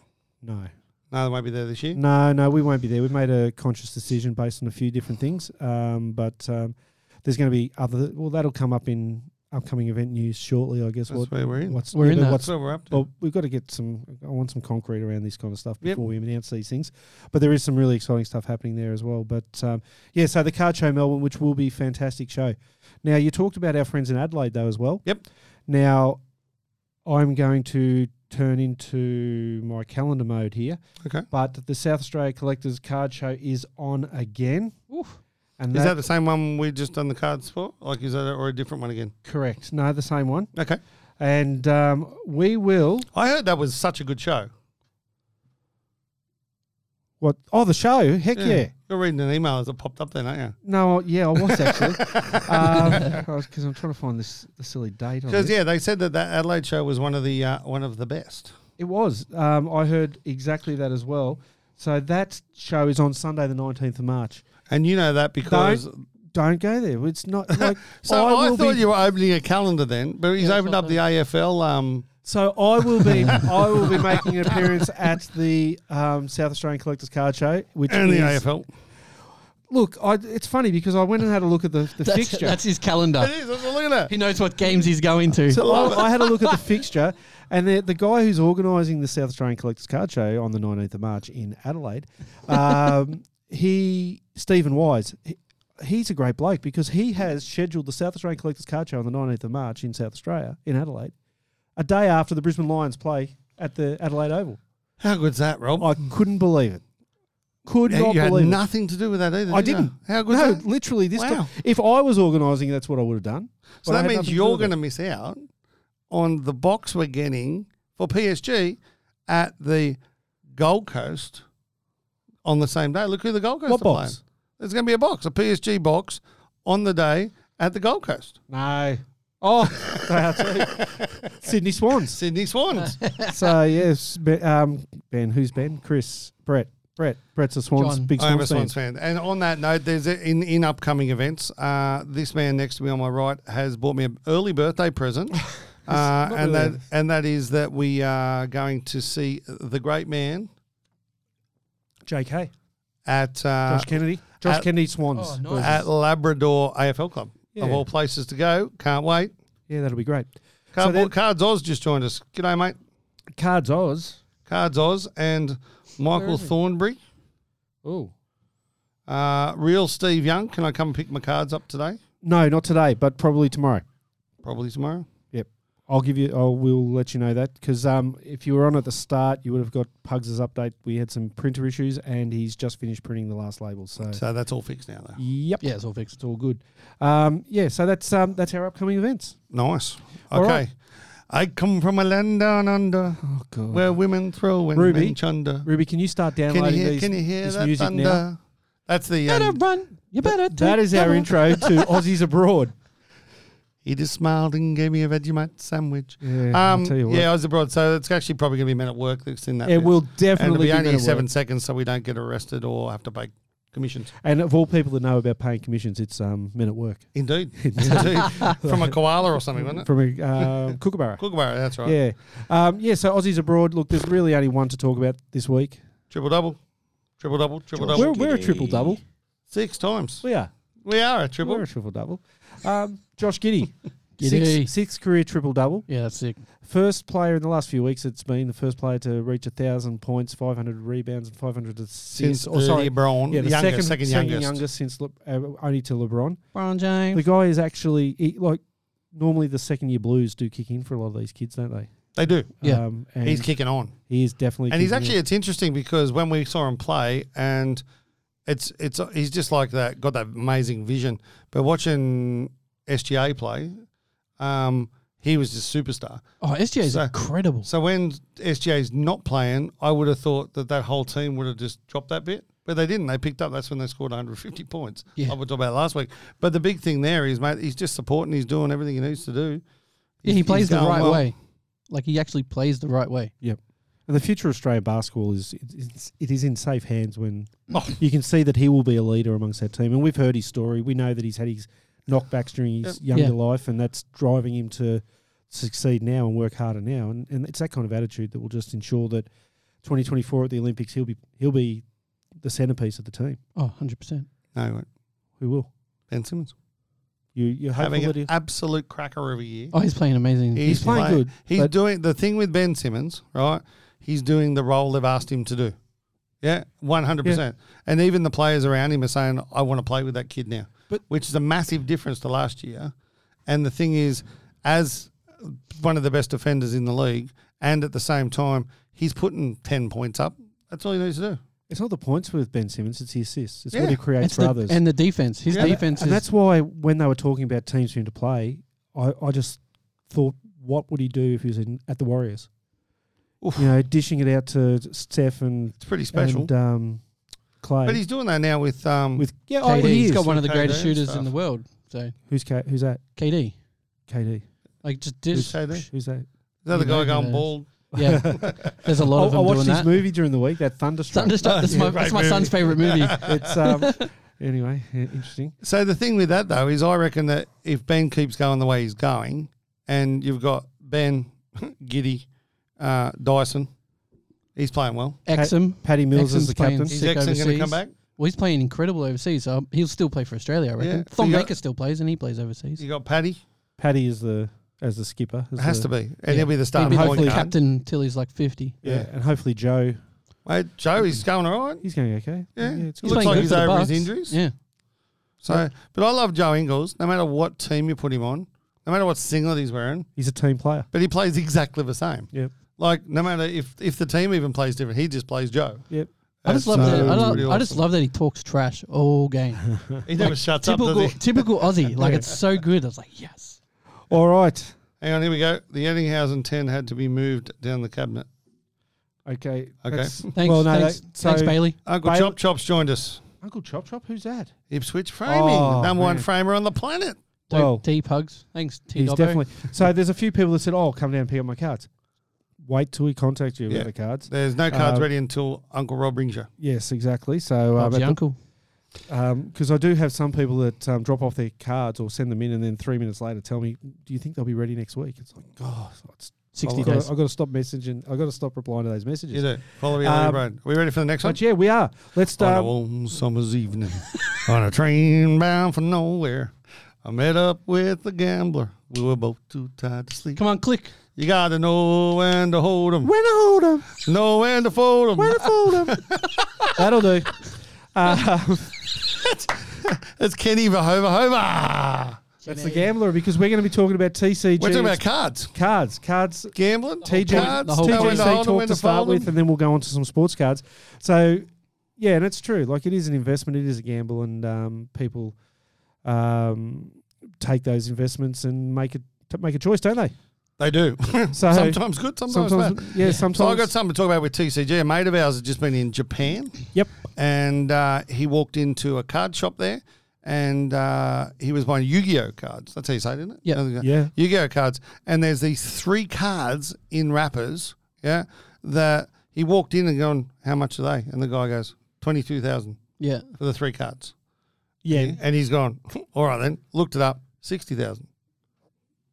E: no.
C: No, they won't be there this year.
E: No, no, we won't be there. We've made a conscious decision based on a few different things. Um, but um, there's going to be other well that'll come up in upcoming event news shortly. I guess
C: That's
E: what Oh,
C: where we're in.
E: what's
D: We're
E: yeah,
D: in
E: but
D: that.
E: what's
C: That's what we're up to.
E: well, we've got to get some. I want some concrete around this kind of stuff
C: Yep.
E: before we announce these things. But there is some really exciting stuff happening there as well. But um, yeah, so the card show Melbourne, which will be a fantastic show. Now you talked about our friends in Adelaide though as well.
C: Yep.
E: Now I'm going to turn into my calendar mode here.
C: Okay.
E: But the South Australia Collectors Card Show is on again.
D: Oof.
E: And
C: Is that
E: that,
C: the same one we've just done the cards for? Like, is that or a different one again?
E: correct? No, the same one.
C: Okay.
E: And um, we will.
C: I heard that was such a good show.
E: What? Oh, the show. Heck yeah.
C: You're reading an email as it popped up then, aren't you?
E: No, I- yeah, I was actually. Uh,
D: Um,
E: Because I'm trying to find this the silly date on
C: Because
E: it.
C: yeah, they said that that Adelaide show was one of the uh, one of the best.
E: It was. Um, I heard exactly that as well. So that show is on Sunday, the 19th of March.
C: And you know that because
E: Don't, don't go there. It's not like.
C: so I,
E: will
C: thought
E: be-
C: you were opening a calendar then, but he's
D: Yeah,
C: opened up the AFL. Um,
E: So I will be. I will be making an appearance at the um, South Australian Collectors Card Show, which
C: and the
E: is-
C: AFL.
E: Look, I, it's funny because I went and had a look at the, the
D: That's,
E: fixture.
D: that's his calendar.
C: It is. Look at that.
D: He knows what games he's going to.
E: So I, I had a look at the fixture, and the, the guy who's organising the South Australian Collectors Card Show on the 19th of March in Adelaide, um, he Stephen Wise, he, he's a great bloke because he has scheduled the South Australian Collectors Card Show on the 19th of March in South Australia in Adelaide, a day after the Brisbane Lions play at the Adelaide Oval.
C: How good's that, Rob?
E: I couldn't believe it. Could
C: Hmm. Yeah,
E: not
C: you had
E: believe it.
C: nothing to do with that either.
E: I
C: did you?
E: didn't.
C: How good's
E: No,
C: that?
E: literally this.
C: Wow.
E: time- if I was organising, that's what I would have done.
C: So
E: But
C: that
E: I had
C: means
E: nothing to do
C: you're
E: with it.
C: going to miss out on the box we're getting for PSG at the Gold Coast on the same day. Look who the Gold Coast
E: What
C: are
E: box?
C: playing. There's going to be a box, a PSG box on the day at the Gold Coast.
E: No. Oh, they are too. Sydney Swans.
C: Sydney Swans.
E: So yes, Ben, um, ben who's Ben? Chris, Brett, Brett, Brett's a Swans
D: John.
E: big
C: I am a
E: Swans, fan.
C: Swans fan. And on that note, there's a, in in upcoming events. Uh, this man next to me on my right has bought me an early birthday present, uh, and
E: really.
C: that and that is that we are going to see the great man
E: J.K.
C: at uh,
E: Josh Kennedy, Josh
C: at-
E: Kennedy Swans.
D: Oh, nice.
C: at Labrador AFL Club. Of
E: Yeah.
C: all places to go. Can't wait.
E: Yeah, that'll be great.
C: Cardboard
E: then-
C: Cards Oz just joined us. G'day, mate.
E: Cards Oz.
C: Cards Oz and Michael
E: is he?
C: Thornbury.
E: Oh.
C: Uh, Real Steve Young. Can I come and pick my cards up today?
E: No, not today, but probably tomorrow.
C: Probably tomorrow.
E: I'll give you. I will let you know that because um, if you were on at the start, you would have got Pugs' update. We had some printer issues, and he's just finished printing the last label. So,
C: So that's all fixed now, though.
E: yep,
D: yeah, it's all fixed.
E: it's all good. Um, yeah, so that's um, that's our upcoming events.
C: Nice.
E: All
C: Okay.
E: right.
C: I come from a land down under
E: Oh god.
C: where women throw and
E: Ruby.
C: men chunder.
E: Ruby, can you start
C: Can you
E: downloading
C: hear,
E: these,
C: can you hear
E: this
C: that
E: music
C: thunder?
E: now?
C: That's the.
D: Better
C: Um,
D: run. You better.
E: That
D: take
E: is our
D: cover.
E: intro to Aussies Abroad.
C: he just smiled and gave me a Vegemite sandwich.
E: Yeah,
C: Um, yeah, I was abroad, so it's actually probably going to be men at work that's in that.
E: it
C: bit.
E: will
C: and it'll
E: definitely
C: be
E: be
C: only
E: better
C: seven
E: work.
C: seconds, so we don't get arrested or have to pay commissions.
E: And of all people that know about paying commissions, it's um, men at work
C: Indeed, Indeed. from a koala or something, wasn't it?
E: from a um, Kookaburra.
C: Uh, Kookaburra, that's right.
E: Yeah, um, yeah. So Aussies abroad. Look, there's really only one to talk about this week.
C: Triple double, triple double, triple double.
E: We're, we're a triple double.
C: Six times.
E: We are.
C: We are a triple.
E: We're a triple double. Um, Josh Giddy,
D: Giddy.
E: Six, sixth career triple double.
D: Yeah, that's sick.
E: First player in the last few weeks, it's been the first player to reach a thousand points, five hundred rebounds, and five hundred assists.
C: Since
E: Or sorry,
C: LeBron,
E: yeah, the
C: youngest,
E: second, second, youngest.
C: youngest.
E: since Le, uh, only to LeBron.
D: Brian
E: The
D: James.
E: guy is actually he, like normally the second year Blues do kick in for a lot of these kids, don't they?
C: They do.
D: Yeah.
E: um, and
C: He's kicking on.
E: he is definitely
C: and he's
E: kicking
C: actually
E: in.
C: it's interesting because when we saw him play and it's it's he's just like that got that amazing vision but watching SGA play um he was just superstar
D: Oh, SGA is
C: So-
D: incredible.
C: so when SGA's not playing I would have thought that that whole team would have just dropped that bit but they didn't they picked up that's when they scored 150 points
D: Yeah.
C: like we talked about last week but the big thing there is mate he's just supporting he's doing everything he needs to do
D: Yeah, he
C: He's-
D: plays
C: he's
D: the
C: going
D: right
C: well.
D: way. Like he actually plays the right way.
E: Yep. And the future of Australian basketball is it- it's, it is in safe hands when
C: Oh.
E: you can see that he will be a leader amongst that team. And we've heard his story. We know that he's had his knockbacks during his younger
D: Yeah.
E: life, and that's driving him to succeed now and work harder now. And, and it's that kind of attitude that will just ensure that 2024 at the Olympics he'll be he'll be the centerpiece of the team.
D: Oh, 100%.
C: no
E: Who will?
C: Ben Simmons
E: You, you're hopeful
C: having
E: that he,
C: an absolute cracker of a year.
D: Oh, he's playing amazing.
E: he's playing good,
C: He's
E: but-
C: doing the thing with Ben Simmons, right? He's doing the role they've asked him to do. Yeah, one hundred percent. And even the players around him are saying, "I want to play with that kid now,"
E: But-
C: which is a massive difference to last year. And the thing is, as one of the best defenders in the league, and at the same time, he's putting ten points up. That's all he needs to do.
E: it's not the points with Ben Simmons; it's the assists. It's
C: Yeah.
E: what he creates
D: It's
E: for
D: the-
E: others.
D: and the defense. His
C: Yeah, but-
D: defense
E: And
D: is
E: that's why when they were talking about teams for him to play, I, I just thought, what would he do if he was in, at the Warriors?
C: Oof.
E: You know, dishing it out to Steph and,
C: It's pretty special.
E: and um, Clay.
C: but he's doing that now with um,
E: with yeah, oh,
D: KD.
E: he
D: he's
E: is.
D: got one of the
C: KD
D: greatest
C: and
D: shooters in
C: stuff.
D: the world. So
E: who's K, who's that?
D: KD,
E: KD.
D: like just
C: Who's
D: dis-
C: KD?
E: Who's that?
C: the other
D: you know
C: guy
D: who that
C: going
D: is.
C: bald.
D: yeah. There's a lot of
E: I,
D: them
E: I watched
D: doing
E: this
D: that.
E: movie during the week. That Thunderstruck.
D: Thunderstruck. That's my,
C: Yeah,
D: that's
C: great
D: my son's favorite movie.
E: it's um, anyway yeah, interesting.
C: So the thing with that though is I reckon that if Ben keeps going the way he's going, and you've got Ben, Giddy, uh, Dyson, he's playing well.
D: Exum.
E: Paddy Mills
D: Exum's
E: is the
D: playing
E: captain.
C: Is
D: Sick
C: Exon going to
D: overseas.
C: come back?
D: Well, he's playing incredible overseas, so he'll still play for Australia, I reckon.
C: Yeah.
D: Thom
C: You got-
D: Baker still plays, and he plays overseas.
C: You got Paddy.
E: Paddy is the as the skipper. As
C: It has to
E: the-
C: be, and
D: Yeah.
C: he'll be the
D: He'll be
C: starting
D: like
C: point
E: hopefully-
D: the
C: guard.
D: captain till he's like 50.
E: Yeah.
C: Yeah.
E: and hopefully Joe.
C: Mate, Joe, he's going all right.
E: He's going okay.
C: Yeah,
E: it's
C: He
E: good.
C: looks
D: playing
C: like
D: good
C: he's
D: for the
C: over his
D: Bucks.
C: injuries.
D: Yeah.
C: So, but I love Joe Ingles. No matter what team you put him on, no matter what singlet he's wearing,
E: He's a team player.
C: but he plays exactly the same.
E: Yep.
C: Like no matter if if the team even plays different, he just plays Joe.
E: Yep.
D: I just love
C: That's
D: that. I,
C: so
D: love,
C: pretty
D: I just
C: awesome.
D: love that he talks trash all game.
C: He never shuts up. does
D: typical,
C: he?
D: typical Aussie. Like it's so good. I was like, yes.
E: All right.
C: Hang on, here we go. The Eddinghausen 10 had to be moved down the cabinet.
E: Okay.
C: that's-
D: Thanks,
E: Well, no,
D: thanks,
E: that- so-
D: thanks, Bailey.
C: Uncle
E: Bail-
C: Chop Chop's joined us.
E: Uncle Chop Chop, who's that?
C: Ipswich Framing,
E: Oh,
C: number one
E: man.
C: framer on the planet.
D: Dope
E: Well-
D: deep hugs. Thanks, T.
E: He's
D: Dobbo.
E: definitely. So there's a few people that said, "Oh, come down and pick up my cards." Wait till he contacts you
C: Yeah.
E: with the cards.
C: There's no cards
E: Uh,
C: ready until Uncle Rob brings you.
E: Yes, exactly. So
D: Bob's
E: um,
D: your
E: at
D: uncle.
E: the- um, 'cause I do have some people that um, drop off their cards or send them in, and then three minutes later tell me, "Do you think they'll be ready next week?" It's like, oh, it's
D: 60
E: I've gotta-
D: days.
E: I've got to stop messaging. I've got to stop replying to those messages.
C: You do. Follow me on
E: Um,
C: the road. Are we ready for the next one?
E: But yeah, um, we are. Let's
C: On a
E: start.
C: warm summer's evening, on a train bound for nowhere, I met up with a gambler. We were both too tired to sleep.
D: Come on, click.
C: You got to know when to hold 'em,
E: When I hold 'em,
C: know when to fold 'em.
E: when I fold 'em. That'll do. Uh,
C: It's Kenny Vahova Hova.
E: that's the gambler because we're going to be talking about TCG.
C: We're talking about cards.
E: cards. Cards.
C: gambling,
E: TG,
C: cards,
D: the whole
C: tell
D: game.
C: when to hold
E: TGC
C: 'em,
E: talk
C: when
E: to start
C: fold 'em.
E: with, and then we'll go on to some sports cards. So, yeah, and it's true. Like it is an investment. It is a gamble, and um, people um, take those investments and make a t- make a choice, don't they?
C: They do.
E: So
C: sometimes good, sometimes, bad.
E: yeah,
C: So I
E: sometimes.
C: got something to talk about with TCG. A mate of ours has just been in Japan,
E: yep.
C: and uh, he walked into a card shop there, and uh, he was buying Yu-Gi-Oh cards. That's how you say it, isn't it?
D: Yeah.
E: Yeah.
C: Yu-Gi-Oh cards. And there's these three cards in wrappers. Yeah, that he walked in and going, "How much are they?" And the guy goes, 22000
D: Yeah.
C: for the three cards."
E: Yeah.
C: And he's gone, "All right then." Looked it up, sixty thousand.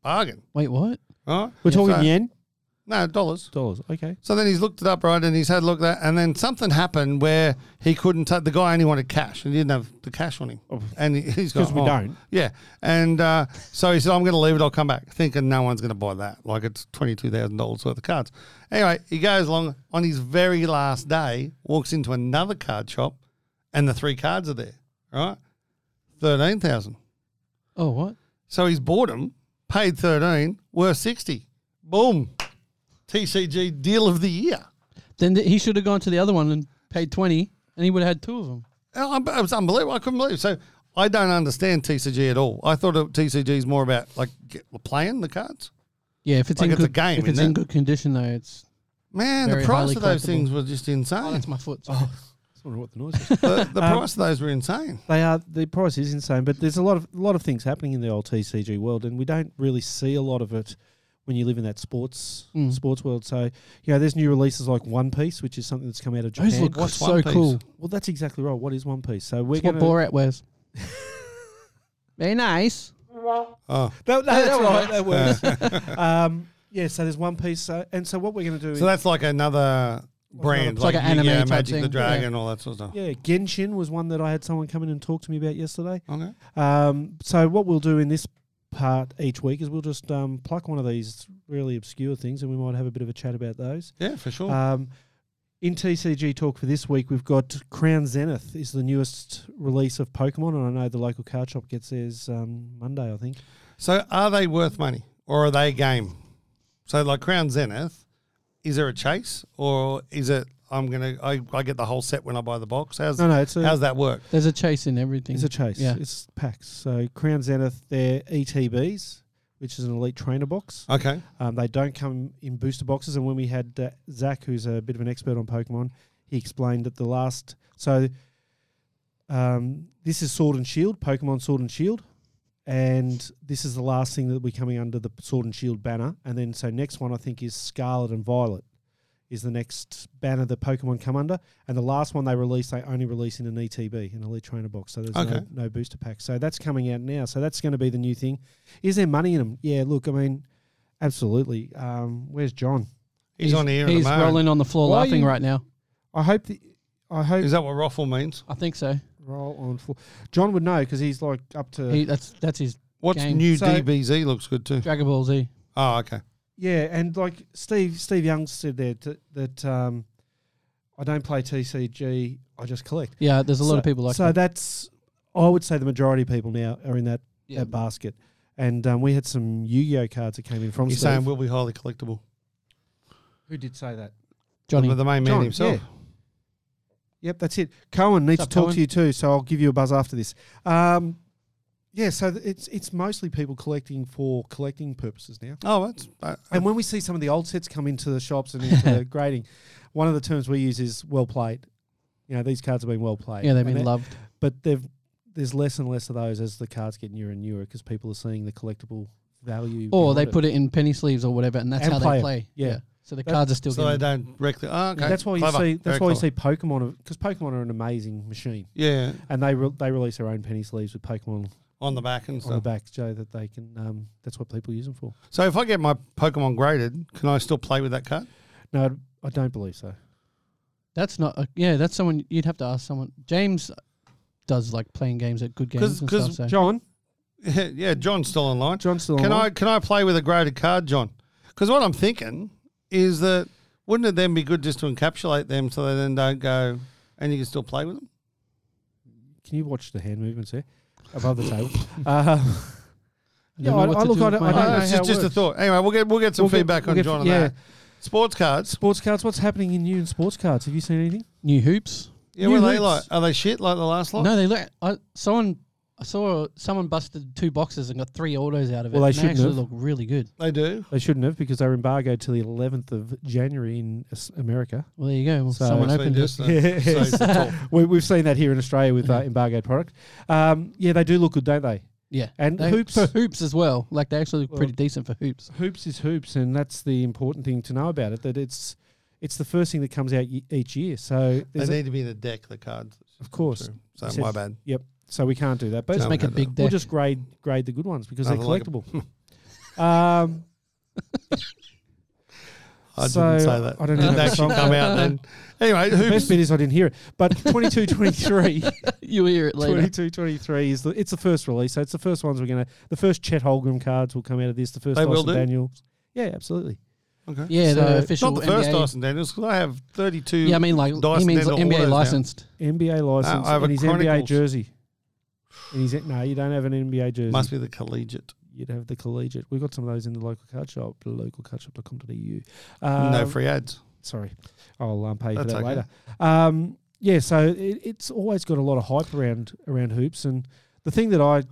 C: Bargain.
D: Wait, what?
C: All right.
E: We're talking
C: So-
E: yen
C: No dollars.
E: dollars. Okay.
C: So then he's looked it up, right, and he's had a look at that, and then something happened where he couldn't. take the guy only wanted cash, and he didn't have the cash on him, and he- he's gone.
E: Because we
C: "Oh."
E: don't.
C: Yeah, and uh, so he said, "I'm going to leave it. I'll come back," thinking no one's going to buy that. Like it's twenty two thousand dollars worth of cards. Anyway, he goes along on his very last day, walks into another card shop, and the three cards are there. Right, thirteen thousand.
D: Oh, what?
C: So he's bought them, paid thirteen, worth sixty. Boom, TCG deal of the year.
D: Then th- he should have gone to the other one and paid 20, and he would have had two of them.
C: Oh, It was unbelievable. I couldn't believe. it. So I don't understand TCG at all. I thought it- TCG is more about like get, playing the cards.
D: Yeah, if it's
C: Like
D: in
C: it's a
D: good,
C: game,
D: if it's
C: isn't
D: in
C: it?
D: good condition though, it's
C: Man,
D: Very
C: the price
D: highly
C: of those
D: collectible.
C: things was just
D: oh,
C: insane.
D: that's my foot. sorry.
E: Just wondering what the noise is.
C: the the
D: Um,
C: price of those were insane.
E: They are the price is insane, but there's a lot of a lot of things happening in the old TCG world, and we don't really see a lot of it when you live in that sports
D: Mm.
E: sports world. So you know, there's new releases like One Piece, which is something that's come out of Japan.
D: Those look
C: What's
D: so
C: One Piece?
D: cool.
E: well, that's exactly right. What is One Piece? So we're
D: It's what
E: going
D: Borat wears. Very nice.
C: Oh.
E: No, no, that's right. That works. um, yeah. So there's One Piece, so, and so what we're going to do.
C: So that's like another brands
D: It's like
C: like,
D: an anime
C: yeah,
D: type
C: Magic the
D: thing.
C: Dragon, all that sort of stuff.
E: Yeah, Genshin was one that I had someone come in and talk to me about yesterday.
C: Okay.
E: Um, so what we'll do in this part each week is we'll just um, pluck one of these really obscure things, and we might have a bit of a chat about those.
C: Yeah, for
D: Uh,
C: sure.
E: Um, in TCG talk for this week, we've got Crown Zenith is the newest release of Pokemon, and I know the local card shop gets theirs um, Monday, I think.
C: so, are they worth money or are they a game? So, like Crown Zenith, is there a chase or is it I'm gonna I, I get the whole set when I buy the box? How's
E: No, no, it's a
C: how's that work?
D: There's a chase in everything.
E: it's a chase.
D: Yeah.
E: it's packs. So Crown Zenith, they're ETBs, which is an elite trainer box.
C: Okay,
E: Um, they don't come in booster boxes. And when we had uh, Zach, who's a bit of an expert on Pokemon, he explained that the last so um, this is Sword and Shield, Pokemon Sword and Shield, and this is the last thing that we're coming under the Sword and Shield banner. And then so next one I think is Scarlet and Violet is the next banner that Pokemon come under. And the last one they release, they only release in an ETB, an Elite Trainer box. So there's
C: Okay.
E: no, no booster pack. So that's coming out now. So that's going to be the new thing. Is there money in them? Yeah, look, I mean, absolutely. Um, where's John?
C: he's, on here.
D: He's
C: at the moment.
D: rolling on the floor
E: Why are
D: laughing
E: you-
D: right now.
E: I hope the, I hope
C: Is that what raffle means?
D: I think so.
E: roll on floor. John would know because he's like up to
D: He, that's that's his
C: What's
D: Game.
C: new
E: So-
C: DBZ looks good too.
D: Dragon Ball Z.
C: Oh, okay.
E: yeah. And like Steve Steve Young said there t- that um, I don't play TCG. I just collect.
D: Yeah, there's a lot
E: so,
D: of people like
E: so
D: that.
E: that's I would say the majority of people now are in that,
D: Yeah.
E: that basket. And um, we had some Yu-Gi-Oh cards that came in from.
C: He's
E: Steve.
C: saying we'll be highly collectible.
E: Who did say that?
D: Johnny.
C: The main man
E: John,
C: himself.
E: yeah. Yep, that's it. Cohen needs
D: What's
E: to
D: up,
E: talk
D: Cohen?
E: to you too, so I'll give you a buzz after this. Um, yeah, so th- it's it's mostly people collecting for collecting purposes now.
C: Oh, that's uh,
E: And when we see some of the old sets come into the shops and into the grading, one of the terms we use is well played. You know, these cards have been well played.
D: yeah, they've
E: And
D: been
E: that-
D: loved.
E: But they've, there's less and less of those as the cards get newer and newer because people are seeing the collectible value.
D: Or
E: behind
D: they
E: it.
D: put it in penny sleeves or whatever, and that's
E: And
D: how
E: play
D: they
E: 'em.
D: play.
E: Yeah.
D: So the
E: That-
D: cards are still.
C: so
D: given.
C: they don't directly. Oh, okay.
E: That's why you
C: Clever.
E: see. That's
C: Very
E: why you
C: clever.
E: see Pokemon because Pokemon are an amazing machine.
C: Yeah,
E: and they re- they release their own penny sleeves with Pokemon
C: on the back and
E: on the
C: stuff.
E: back, Joe, that they can. Um, that's what people use them for.
C: So if I get my Pokemon graded, can I still play with that card?
E: No, I don't believe so.
D: That's not. A, yeah, that's someone you'd have to ask someone. James does like playing games at good games
C: 'Cause-
D: and
C: 'cause
D: stuff. So.
E: John,
C: yeah, John's still online.
E: John's still
C: Can I
E: online.
C: can I play with a graded card, John? Because what I'm thinking is that wouldn't it then be good just to encapsulate them so they then don't go and you can still play with them?
E: Can you watch the hand movements there above the table? Uh,
D: don't know
E: I,
D: what
E: I
D: to
E: look.
D: do
E: I
D: with
E: don't,
D: my
E: I don't
D: hand.
E: know
C: Uh, it's
E: how
C: just,
E: it
C: just a
E: works.
C: thought. Anyway, we'll get we'll get some
E: We'll get-
C: feedback
E: we'll
C: on
E: get-
C: John on
E: yeah.
C: that. Sports cards.
E: Sports cards. What's happening in you in sports cards? Have you seen anything?
D: New hoops.
C: Yeah,
E: New
C: what are they
E: hoops.
C: like? Are they shit like the last lot?
D: No, they look. I someone. I saw someone busted two boxes and got three autos out of it.
E: Well, they
D: and
E: shouldn't
D: actually
E: have.
D: look really good.
C: They do.
E: They shouldn't have because they're embargoed till the 11th of January in S- America.
D: Well, there you go. Well,
E: So-
D: someone
E: So
C: They
D: opened it.
C: just, uh,
E: Yeah.
C: so it's the top.
E: We, we've seen that here in Australia with uh, embargoed product. Um, yeah, they do look good, don't they?
D: Yeah,
E: And
D: They-
E: hoops.
D: for hoops as well. Like they actually look
E: Well-
D: pretty decent for hoops.
E: hoops is hoops, and that's the important thing to know about it. That it's it's the first thing that comes out y- each year. So
C: They
E: there's a-
C: need to be in the deck. The cards,
E: of course,
C: True. So
E: Yes,
C: my
E: yes.
C: bad.
E: so we can't do that. But
D: Just
C: No,
D: make
C: no,
D: a
C: no.
D: big
E: we'll
D: deck.
E: just grade grade the good ones because they're
C: Nothing like a-
E: collectible. um,
C: I
E: so
C: didn't say that.
E: I don't know.
C: Didn't
E: if
C: actually
E: it's-
C: come out then. Anyway,
E: The best
C: hoops.
E: bit is I didn't hear it. But 22, 23,
D: you hear it later.
E: 22, 23 is the, it's the first release. So it's the first ones we're gonna. The first Chet Holgram cards will come out of this. The first
C: They will
E: Dyson
C: do?
E: Daniels. Yeah, absolutely.
C: Okay.
D: Yeah,
E: So-
D: the
E: Not
D: official
C: Not the first
D: NBA.
C: Dyson Daniels because I have thirty-two.
D: Yeah, I mean like he
C: Dyson
D: means
C: Daniel
D: like NBA
C: autos now.
D: licensed.
E: NBA license
C: Uh, I have a
E: and his NBA
C: Chronicles.
E: jersey. And he's no, you don't have an NBA jersey.
C: Must be the collegiate.
E: You'd have the collegiate. We've got some of those in the local card shop, localcardshop.com.au. Um,
C: no free ads.
E: Sorry, I'll um, pay you for
C: That's
E: that
C: okay.
E: later. Um, yeah, so it, it's always got a lot of hype around around hoops, and the thing that I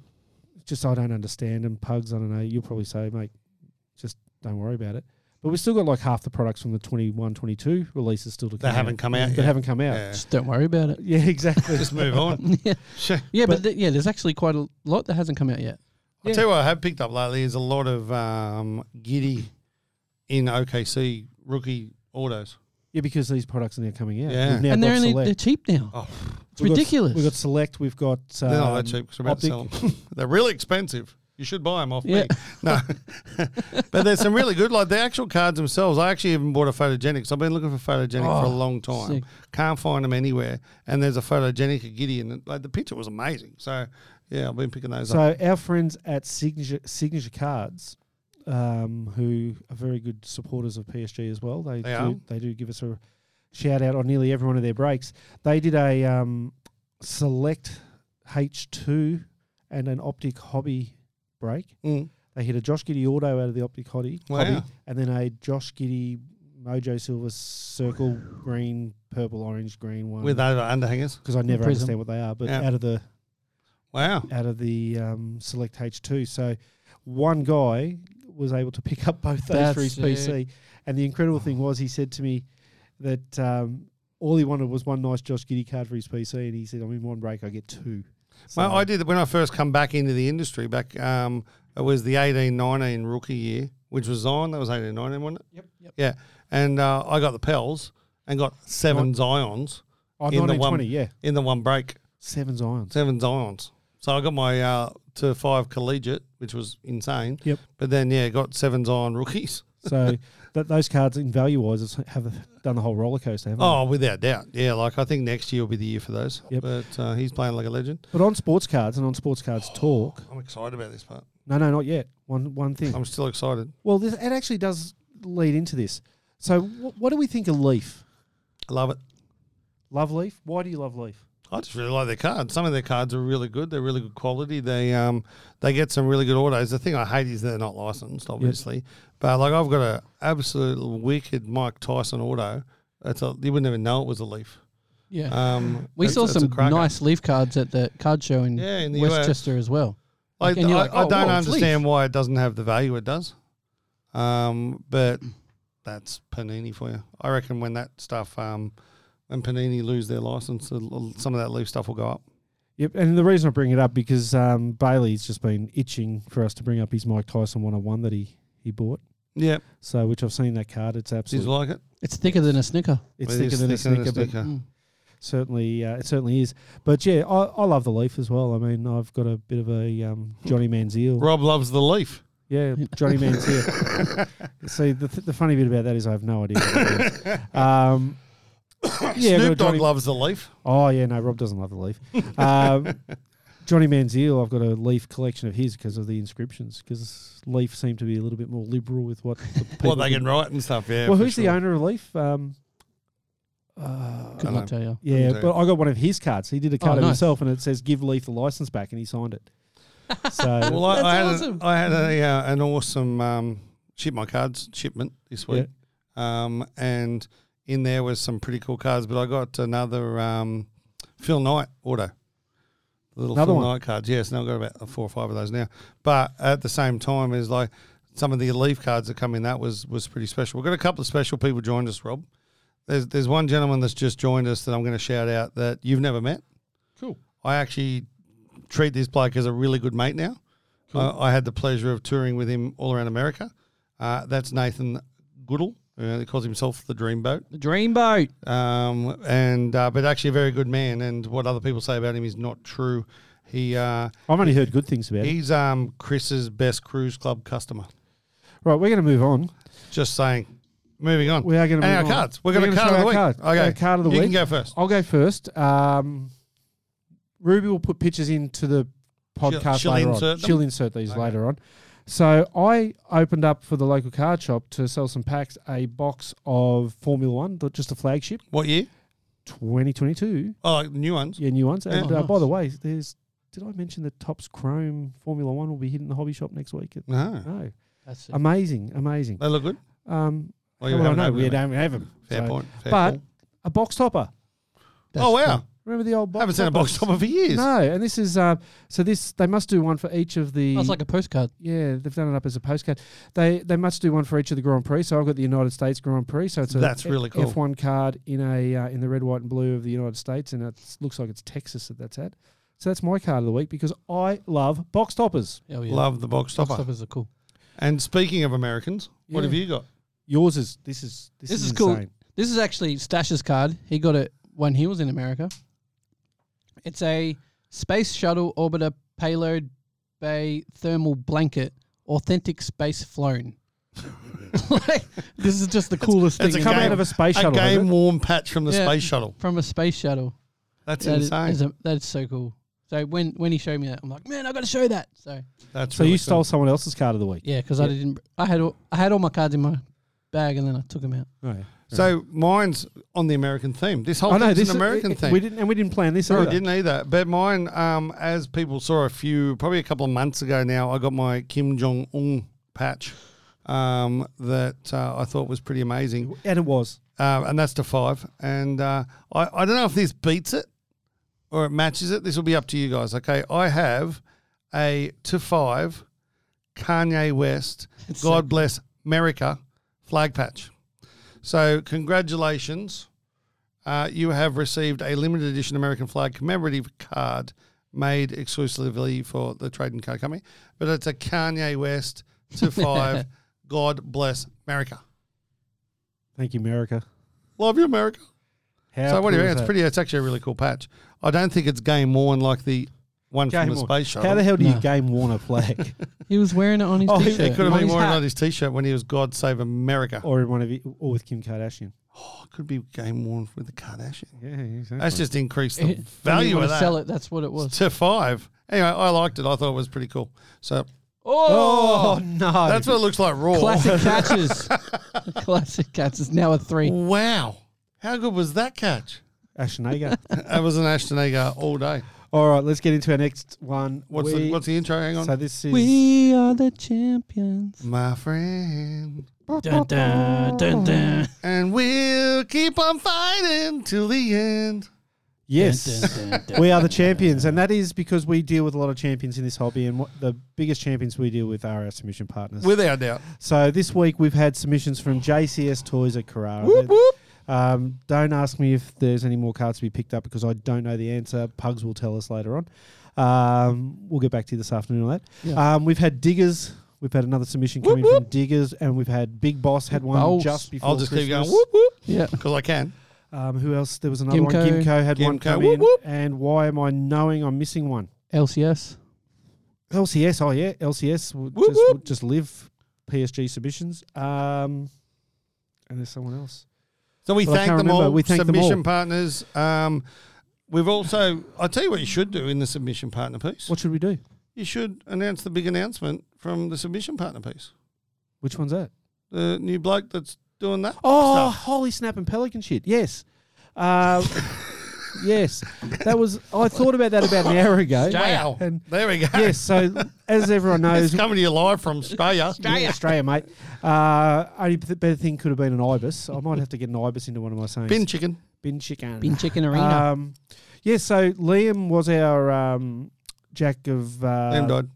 E: just I don't understand, and pugs, I don't know. You'll probably say, mate, just don't worry about it. But we've still got like half the products from the 21, 22 releases still to
C: They
E: come.
C: haven't come out
E: That
C: yet.
E: haven't come out.
C: Yeah.
D: Just don't worry about it.
E: Yeah, exactly.
C: Just move on.
D: yeah,
C: Sure.
D: yeah, but,
E: But-
D: th- yeah, there's actually quite a lot that hasn't come out yet.
C: I'll
E: Yeah.
C: tell you what I have picked up lately is a lot of um, giddy in OKC rookie autos.
E: Yeah, because these products are now coming out.
C: Yeah.
E: We've now
D: and they're
E: got
D: only
E: select.
D: they're cheap now.
C: Oh,
D: it's ridiculous.
E: We've got select. We've got.
C: they're
E: Um,
C: not that cheap because we're about to sell them. they're really expensive. You should buy them off
D: Yeah.
C: me. No, but there's some really good. Like the actual cards themselves. I actually even bought a photogenic. So I've been looking for photogenic for a long time.
D: sick.
C: Can't find them anywhere. And there's a photogenic at Gideon. and, Like the picture was amazing. So yeah, I've been picking those up.
E: So our friends at Signature Signature Cards, um, who are very good supporters of PSG as well, they,
C: They
E: do
C: are.
E: they do give us a shout out on nearly every one of their breaks. They did a um, select H two and an optic hobby break.
C: Mm.
E: They hit a Josh Giddy auto out of the optic hobby,
C: Wow.
E: hobby and then a Josh Giddy Mojo Silver Circle Green Purple Orange Green one
C: With those underhangers.
E: because I never
D: Prism.
E: understand what they are, but
C: Yeah.
E: out of the
C: Wow.
E: out of the um, select H2. So one guy was able to pick up both those
D: That's
E: for his
D: sick.
E: PC. And the incredible thing was, he said to me that um, all he wanted was one nice Josh Giddy card for his PC, and he said, "I'm in one break, I get two.
C: Well, I did when I first come back into the industry. Back um, it was the eighteen nineteen rookie year, which was Zion. That was eighteen nineteen, wasn't it?
E: Yep, yep.
C: Yeah, and uh, I got the Pels and got seven Zions
E: Oh,
C: in the
E: 1920,
C: one,
E: yeah,
C: in the one break,
E: seven Zions.
C: seven Zions. So I got my uh, to five collegiate, which was insane.
E: Yep.
C: But then yeah, got seven Zion rookies.
E: so that those cards, in value wise, have done the whole roller coaster, haven't they?
C: Oh, without doubt, yeah. Like I think next year will be the year for those.
E: Mm. Yep.
C: But uh, he's playing like a legend.
E: But on sports cards and on sports cards talk,
C: I'm excited about this part.
E: no, no, not yet. One one thing.
C: I'm still excited.
E: Well, this, it actually does lead into this. So, wh- what do we think of Leaf?
C: I love it.
E: Love Leaf? Why do you love Leaf?
C: I just really like their cards. Some of their cards are really good. They're really good quality. They um they get some really good autos. The thing I hate is they're not licensed, obviously. But like I've got a absolute wicked Mike Tyson auto. That's a, you wouldn't even know it was a leaf.
D: Yeah.
C: Um,
D: we
C: it's-
D: saw
C: it's a
D: some
C: cracker.
D: nice leaf cards at the card show in,
C: Yeah, in the US.
D: Westchester as well.
C: I,
D: and you're
C: I-
D: like,
C: I
D: "Oh,
C: don't
D: whoa, it's
C: understand
D: leaf."
C: why it doesn't have the value it does. Um, but that's Panini for you. I reckon when that stuff um when Panini lose their license, it'll- some of that leaf stuff will go up.
E: Yep, and the reason I bring it up because um, Bailey's just been itching for us to bring up his Mike Tyson 101 that he, he bought.
C: Yeah,
E: So, which I've seen that card. It's
C: do you
E: absolutely
C: like it?
D: It's thicker than a Snicker.
E: it's
C: It
E: thicker
C: is
E: than a
C: thicker
E: snicker, but
D: Mm.
E: certainly uh, it certainly is. But yeah, I, I love the Leaf as well. I mean, I've got a bit of a um, Johnny Manziel.
C: Rob loves the leaf.
E: Yeah, Johnny Manziel. See, the, th- the funny bit about that is I have no idea. what it is. um, yeah, I've got a
C: Snoop Dogg
E: Johnny-
C: loves the leaf.
E: Oh yeah, no, Rob doesn't love the leaf. um, Johnny Manziel, I've got a leaf collection of his because of the inscriptions. Because Leaf seem to be a little bit more liberal with what the people.
C: Well, they can write and stuff. Yeah.
E: well,
C: for
E: who's the
C: sure.
E: owner of Leaf? Um, uh,
D: Could
C: I
D: not
C: know.
D: tell you.
E: yeah,
C: Okay.
E: but I got one of his cards. He
C: Oh,
E: did a card of
D: nice.
E: himself, and it says "Give Leaf the license back," and he signed it. So
C: Well, I,
D: That's
C: I had,
D: awesome.
C: a, I had a, uh, an awesome um, ship my cards shipment this week, um, and in there was some pretty cool cards. But I got another um, Phil Knight auto, The little
E: Another
C: Phil
E: one.
C: Knight cards. Yes, now I've got about four or five of those now. But at the same time, is like some of the leaf cards that come in. That was was pretty special. We've got a couple of special people joined us, Rob. There's there's one gentleman that's just joined us that I'm going to shout out that you've never met.
D: Cool.
C: I actually treat this bloke as a really good mate now. Uh, I, I had the pleasure of touring with him all around America. Uh, that's Nathan Goodall. Uh, he calls himself the Dreamboat,
D: The Dreamboat.
C: um, and uh, but actually a very good man. And what other people say about him is not true. He uh,
E: I've only heard good things about it.
C: he's um, Chris's best cruise club customer.
E: Right, we're going to move on.
C: Just saying. Moving on.
E: We are going to
C: and
E: move
C: our
E: on.
C: cards. We're going to card
E: show
C: of the
E: our
C: week.
E: Card.
C: Okay.
E: Our card of the
C: you
E: week.
C: can go first.
E: I'll go first. Um, Ruby will put pictures into the podcast
C: she'll
E: later on.
C: insert them?
E: She'll insert these
C: Okay.
E: later on. So I opened up for the local card shop to sell some packs a box of Formula One, th- just a flagship,
C: What year?
E: 2022.
C: Oh, like new ones.
E: Yeah, new ones. And
D: Oh,
E: uh, by
D: nice.
E: the way, there's. Did I mention that Topps Chrome Formula One will be hitting the hobby shop next week?
C: No,
E: No,
D: That's it.
E: amazing, amazing.
C: they look good.
E: Um,
C: Well,
E: well, I
C: haven't
E: know
C: opened
E: we
C: them yet.
E: don't have them.
C: Fair
E: So-
C: point. Fair
E: But
C: point.
E: a box topper.
D: That's
C: oh wow,
D: cool.
E: Remember the old box?
C: haven't seen a box
E: toppers?
C: topper for years.
E: No, and this is uh, so this they must do one for each of the.
D: Oh, it's like a postcard.
E: yeah, they've done it up as a postcard. They they must do one for each of the Grand Prix. So I've got the United States Grand Prix. So it's a
C: That's really cool.
E: F one card in a uh, in the red, white, and blue of the United States, and it looks like it's Texas that that's at. So that's my card of the week because I love box toppers.
D: Oh, yeah.
C: Love the box
D: Box
C: topper.
D: toppers are cool.
C: And speaking of Americans, what
E: Yeah.
C: have you got?
E: Yours is this is this,
D: This
E: is,
D: is cool.
E: insane.
D: This is actually Stash's card. He got it when he was in America. It's a space shuttle orbiter payload Bay thermal blanket, authentic space flown. like, this is just the coolest
C: it's
D: thing
C: a
E: Come
D: ever.
C: game-
E: out of a space
C: a
E: shuttle. has
C: game
E: it?
C: worn patch from the
D: Yeah.
C: space shuttle.
D: from a space shuttle.
C: That's
D: That is-
C: insane.
D: is a- that's so cool. So when when he showed me that, I'm like, man, I got to show that. So
C: That's
E: So
C: really
E: you stole someone else's card of the week.
D: yeah, because I didn't. I had all, I had all my cards in my bag, and then I took them out.
E: Oh, yeah.
C: cool. So mine's on the American theme. This whole
E: I know
C: thing's
E: this
C: an American
E: it,
C: theme.
E: We didn't and we didn't plan this.
C: No, I
E: either.
C: didn't either. But mine, um, as people saw a few, probably a couple of months ago now, I got my Kim Jong Un patch um, that uh, I thought was pretty amazing,
E: And it was.
C: uh, and that's to five. And uh, I, I don't know if this beats it or it matches it. This will be up to you guys. Okay, I have a to five Kanye West. God bless America flag patch. So congratulations. Uh, you have received a limited edition American flag commemorative card made exclusively for the trading card company, but it's a Kanye West to five. God bless America.
E: Thank you, America.
C: Love you, America.
E: How
C: so what do you think?
E: cool is
C: It's
E: that?
C: pretty. It's actually a really cool patch. I don't think it's game worn like the one
E: Game
C: from the
E: worn.
C: space shuttle.
E: How the hell do you
D: No.
E: game worn a flag?
D: He was wearing it on his
E: Oh, he- he
D: t-shirt.
C: It could have
D: on
C: been
D: his
C: worn
D: hat.
C: on his t-shirt when he was God Save America.
E: or in one of you, or with Kim Kardashian?
C: Oh, it could be game worn with the Kardashian.
E: Yeah, exactly.
C: That's just increased the
D: Didn't even
C: value
D: wanna
C: of that
D: Sell it. That's what it was.
C: to five. Anyway, I liked it. I thought it was pretty cool. So
E: Oh, no!
C: that's what it looks like raw.
D: Classic catches. Classic catches. Now a three.
C: Wow, how good was that catch?
E: Ashton Agar.
C: That was an Ashton Agar all day.
E: All right, let's get into our next one.
C: What's the
E: We-
C: what's the intro? Hang on,
E: So this is
D: We are the champions.
C: my friend,
D: Dun, dun, dun, dun.
C: and we'll keep on fighting till the end.
E: yes. We are the champions, and that is because we deal with a lot of champions in this hobby, and what the biggest champions we deal with are our submission partners.
C: Without doubt,
E: so this week we've had submissions from JCS Toys at Carrara. Um, don't ask me if there's any more cards to be picked up because I don't know the answer. Pugs will tell us later on. Um, we'll get back to you this afternoon on that.
D: Yeah.
E: Um, we've had Diggers. We've had another submission coming from Diggers, and we've had Big Boss had one
D: Boss.
E: just before.
C: I'll just keep
E: Christmas.
C: going whoop whoop
D: Yeah.
C: because I can.
E: Um, who else? There was another one.
D: Gimco.
E: Gimco had one
C: Gimco,
E: come
C: whoop,
E: in.
C: whoop.
E: And why am I knowing I'm missing one?
D: LCS.
E: LCS. Oh yeah, LCS. will
C: Whoop,
E: just,
C: whoop.
E: will just live PSG submissions. Um, and there's someone else.
C: So we
E: Well, I
C: thank
E: can't
C: them
E: remember.
C: all.
E: We thank them
C: submission
E: all.
C: partners. Um, we've also. I'll tell you what you should do in the submission partner piece.
E: What should we do?
C: You should announce the big announcement from the submission partner piece.
E: Which one's that?
C: The new bloke that's doing that.
E: Oh,
C: stuff.
E: holy snap and pelican shit. Yes. Uh, yes. That was I thought about Oh, that about an hour ago.
C: wow!
E: And
C: there we go.
E: yes, so as everyone knows
C: it's coming to you live from Australia.
E: Australia, Australia mate. Uh, only the better thing could have been an ibis. I might have to get an ibis into one of my sayings.
C: Bin chicken.
E: Bin chicken.
D: Been chicken arena.
E: Um, yeah, so Liam was our um, Jack of uh,
C: Them died.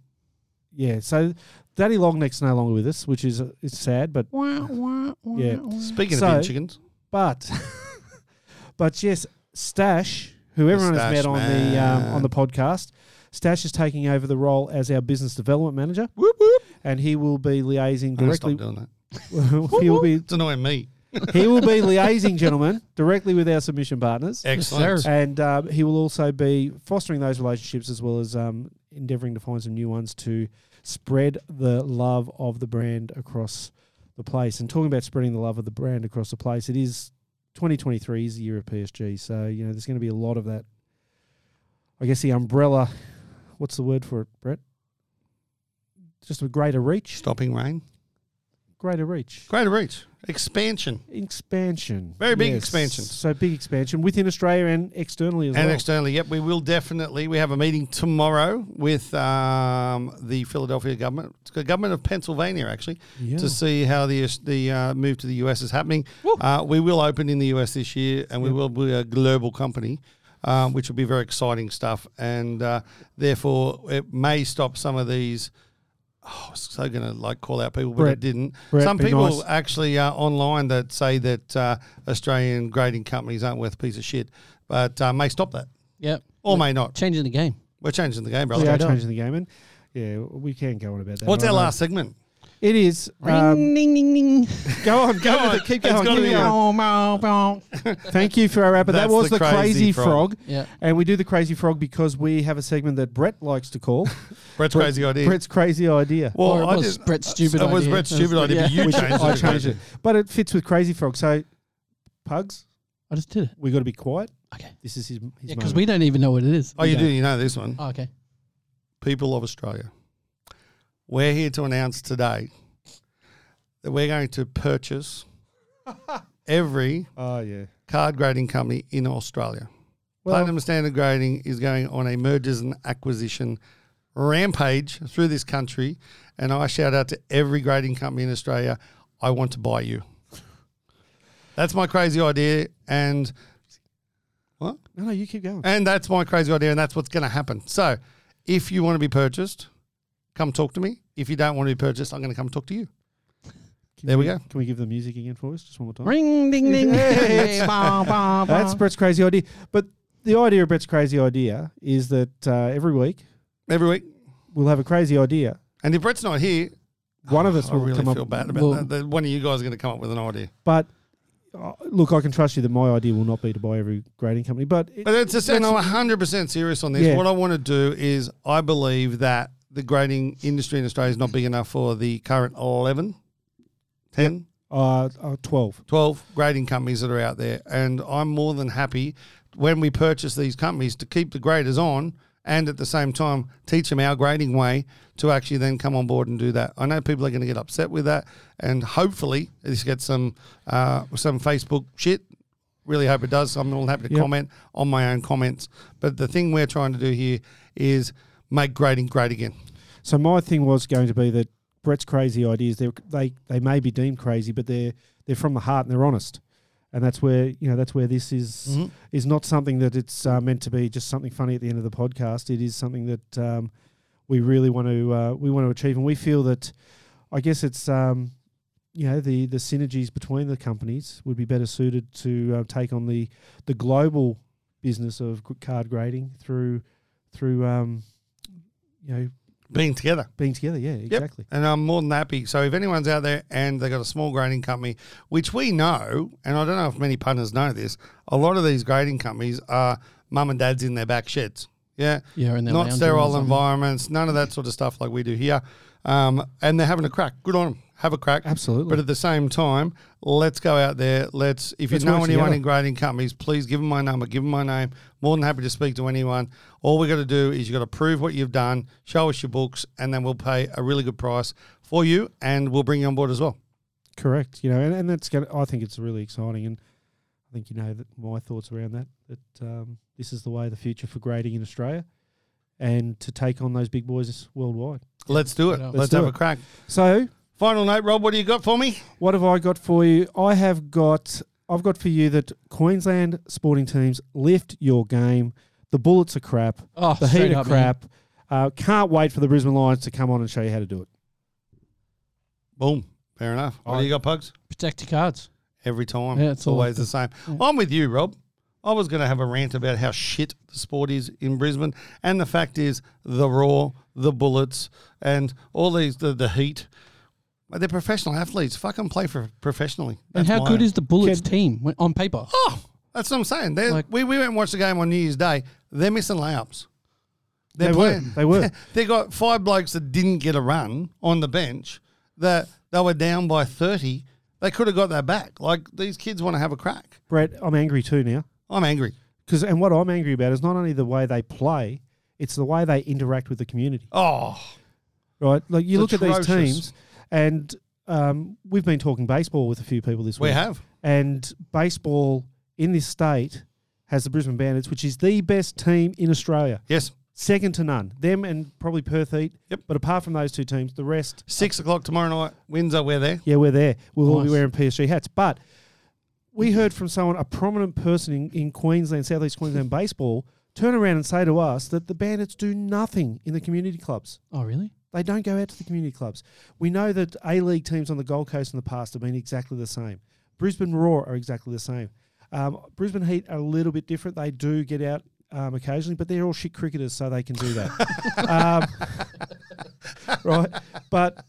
E: Yeah, so Daddy Longneck's no longer with us, which is uh, it's sad, but
D: Wah,
C: Uh,
D: wah, wah,
E: yeah.
D: wah.
C: Speaking
E: so-
C: of bin chickens,
E: But but yes, Stash, who everyone
C: Stash
E: has met on the um,
C: man.
E: on the podcast, Stash is taking over the role as our business development manager,
C: whoop whoop.
E: and he will be liaising
C: I'm gonna stop
E: directly.
C: doing that.
E: he will be
C: It's annoying me.
E: he will be liaising, gentlemen, directly with our submission partners,
C: Excellent.
D: sir.
E: and um, he will also be fostering those relationships as well as um, endeavouring to find some new ones to spread the love of the brand across the place. And talking about spreading the love of the brand across the place, it is 2023 is the year of PSG, so you know there's going to be a lot of that. I guess the umbrella. What's the word for it, Brett? Just a greater reach.
C: Stopping rain.
E: Greater reach.
C: Greater reach. Expansion
E: Expansion.
C: Very big expansion.
E: So big expansion within Australia and externally as
C: and
E: well.
C: externally. Yep, we will definitely. We have a meeting tomorrow with um, the Philadelphia government, it's the government of Pennsylvania, actually,
E: Yeah.
C: to see how the the uh, move to the US is happening. Uh, we will open in the US this year, and we will be a global company, um, which will be very exciting stuff. And uh, therefore, it may stop some of these. Oh, I was so going to like call out people, but
E: Brett.
C: it didn't.
E: Brett,
C: some
E: be
C: people
E: nice.
C: actually uh, online that say that uh, Australian grading companies aren't worth a piece of shit, but uh, may stop that
D: Yep.
C: or may not.
D: Changing the game.
C: We're changing the game, brother.
E: we are
D: Straight up.
E: changing the game, and yeah, we can go on about that.
C: What's
E: I
C: our
E: know.
C: last segment?
E: It is. Um,
D: Ring, ding, ding, ding.
E: go on, go on. Keep
C: It's
E: going.
C: gotta
E: keep
C: be
E: going.
D: Bow, bow, bow.
E: Thank you for our wrap. But That
C: That's
E: was
C: the
E: the, crazy,
C: Crazy
E: frog.
C: Frog.
D: Yeah.
E: And we do the crazy frog because we have a segment that Brett likes to call
C: Brett's
E: Brett-
C: crazy idea.
E: Brett's oh, crazy idea.
C: well,
D: Or it
C: I
D: was
C: didn't-
D: Brett's stupid
C: It was
D: idea.
C: Brett's
D: That was
C: stupid idea, but
D: yeah.
C: you
E: Which
C: changed it.
E: I changed it, but it fits with crazy frog. So, pugs,
D: I just did it.
E: we got to be quiet.
D: Okay.
E: This is his. his
D: Yeah, because
E: moment.
D: we don't even know what it is.
C: Oh, you
E: Yeah.
C: do. You know this one.
D: Oh, okay.
C: People of Australia, we're here to announce today that we're going to purchase every
E: Oh yeah.
C: card grading company in Australia.
E: Well-
C: Platinum Standard Grading is going on a mergers and acquisition rampage through this country, and I shout out to every grading company in Australia. I want to buy you. That's my crazy idea, and what?
E: No, no, you keep going.
C: And that's my crazy idea, and that's what's going to happen. So, if you want to be purchased, come talk to me. If you don't want to be purchased, I'm going to come talk to you.
E: Can
C: there we go.
E: Can we give the music again for us, just one more time?
D: Ring, ding, ding.
E: Yes.
D: Bow, bow, bow.
E: That's
C: Uh-huh.
E: Brett's crazy idea. But the idea of Brett's crazy idea is that uh, every week
C: Every week.
E: we'll have a crazy idea.
C: And if Brett's not here,
E: One of us
C: I
E: will
C: really
E: come
C: feel
E: up.
C: bad about
D: well-
C: that. that. One of you guys are going to come up with an idea.
E: But uh, look, I can trust you that my idea will not be to buy every grading company. But, it,
C: But it's just, and I'm 100% serious on this.
E: Yeah.
C: What I want to do is, I believe that the grading industry in Australia is not big enough for the current 11, 10,
E: uh, uh, twelve.
C: 12 grading companies that are out there. And I'm more than happy when we purchase these companies to keep the graders on and at the same time teach them our grading way to actually then come on board and do that. I know people are going to get upset with that. And hopefully, this gets some, uh, some Facebook shit. Really hope it does. I'm all happy to
E: Yep.
C: comment on my own comments. But the thing we're trying to do here is make grading great again.
E: So my thing was going to be that Brett's crazy ideas they they they may be deemed crazy, but they're they're from the heart and they're honest, and that's where you know that's where this is is not something that it's uh, meant to be just something funny at the end of the podcast. It is something that um, we really want to uh, we want to achieve, and we feel that I guess it's. Um, you know the, the synergies between the companies would be better suited to uh, take on the the global business of g- card grading through through um, you know
C: Being together.
E: being together. Yeah, exactly.
C: And I'm more than happy. So if anyone's out there and they've got a small grading company, which we know, and I don't know if many punters know this, a lot of these grading companies are mum and dad's in their back sheds. Yeah.
D: Yeah, in their
C: Not
D: lounge
C: sterile
D: rooms, I think.
C: environments, none of that sort of stuff like we do here. Um, and they're having a crack. Good on them. Have a crack.
E: Absolutely.
C: But at the same time, let's go out there. Let's, if
E: Let's
C: you know
E: work
C: anyone
E: together.
C: in grading companies, please give them my number, give them my name. More than happy to speak to anyone. All we got to do is you got to prove what you've done, show us your books, and then we'll pay a really good price for you, and we'll bring you on board as well.
E: Correct. You know, and, and that's gonna. I think it's really exciting, and I think you know that my thoughts around that. That um, this is the way of the future for grading in Australia, and to take on those big boys worldwide.
C: Let's do it.
D: Good on.
C: Let's,
E: Let's do
C: have
E: it.
C: a crack.
E: So,
C: Final note, Rob. What do you got for me?
E: what have I got for you? I have got. I've got for you that Queensland sporting teams lift your game. The bullets are crap.
D: Oh,
E: The
D: straight
E: heat are
D: up, man.
E: crap. Uh, can't wait for the Brisbane Lions to come on and show you how to do it.
C: Boom. Fair enough. What do you got, Pugs?
D: Protect your cards.
C: Every time.
D: Yeah, it's
C: it's always the same. I'm with you, Rob. I was going to have a rant about how shit the sport is in Brisbane, and the fact is, the raw, the bullets, and all these the, the heat. But they're professional athletes. Fucking play for professionally.
D: And
C: That's
D: how
C: my
D: good
C: own-
D: is the Bullets team when- on paper?
C: Oh, that's what I'm saying. They're,
D: Like-
C: we we went and watched the game on New Year's Day. They're missing layups. They're
E: They were. They were.
C: They got five blokes that didn't get a run on the bench. That they were down by thirty. They could have got that back. Like these kids want to have a crack.
E: Brett, I'm angry too now.
C: I'm angry.
E: Because and what I'm angry about is not only the way they play, it's the way they interact with the community.
C: Oh,
E: Right? Like you
C: It's
E: look at these
C: atrocious.
E: teams, and um, we've been talking baseball with a few people this
C: we
E: week.
C: have.
E: And baseball in this state has the Brisbane Bandits, which is the best team in Australia,
C: Yes.
E: second to none. Them and probably Perth Heat.
C: Yep.
E: But apart from those two teams, the rest,
C: Six o'clock tomorrow night. Windsor, we're there.
E: yeah, we're there. We'll all be
D: Nice.
E: wearing PSG hats, but. We heard from someone, a prominent person in, in Queensland, Southeast Queensland baseball, turn around and say to us that the Bandits do nothing in the community clubs.
D: Oh, really?
E: They don't go out to the community clubs. We know that A League teams on the Gold Coast in the past have been exactly the same. Brisbane Roar are exactly the same. Um, Brisbane Heat are a little bit different. They do get out um, occasionally, but they're all shit cricketers, so they can do that. um, right? But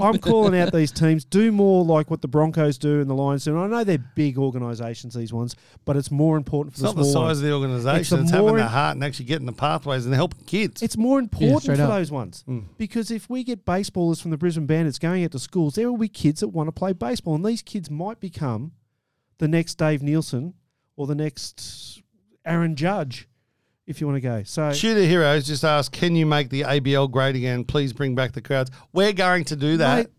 E: I'm calling out these teams. Do more like what the Broncos do and the Lions do. And I know they're big organisations, these ones, but it's more important for
C: It's
E: the
C: not the
E: small ones.
C: size of the organisation. It's,
E: It's the
C: having
E: more-
C: the heart and actually getting the pathways and helping kids.
E: It's more important
D: straight
E: for
D: up.
E: those ones because if we get baseballers from the Brisbane Bandits going out to schools, there will be kids that want to play baseball, and these kids might become the next Dave Nielsen or the next Aaron Judge, if you want to go. So
C: Shooter Heroes just asked, can you make the ABL great again? Please bring back the crowds. We're going to do that.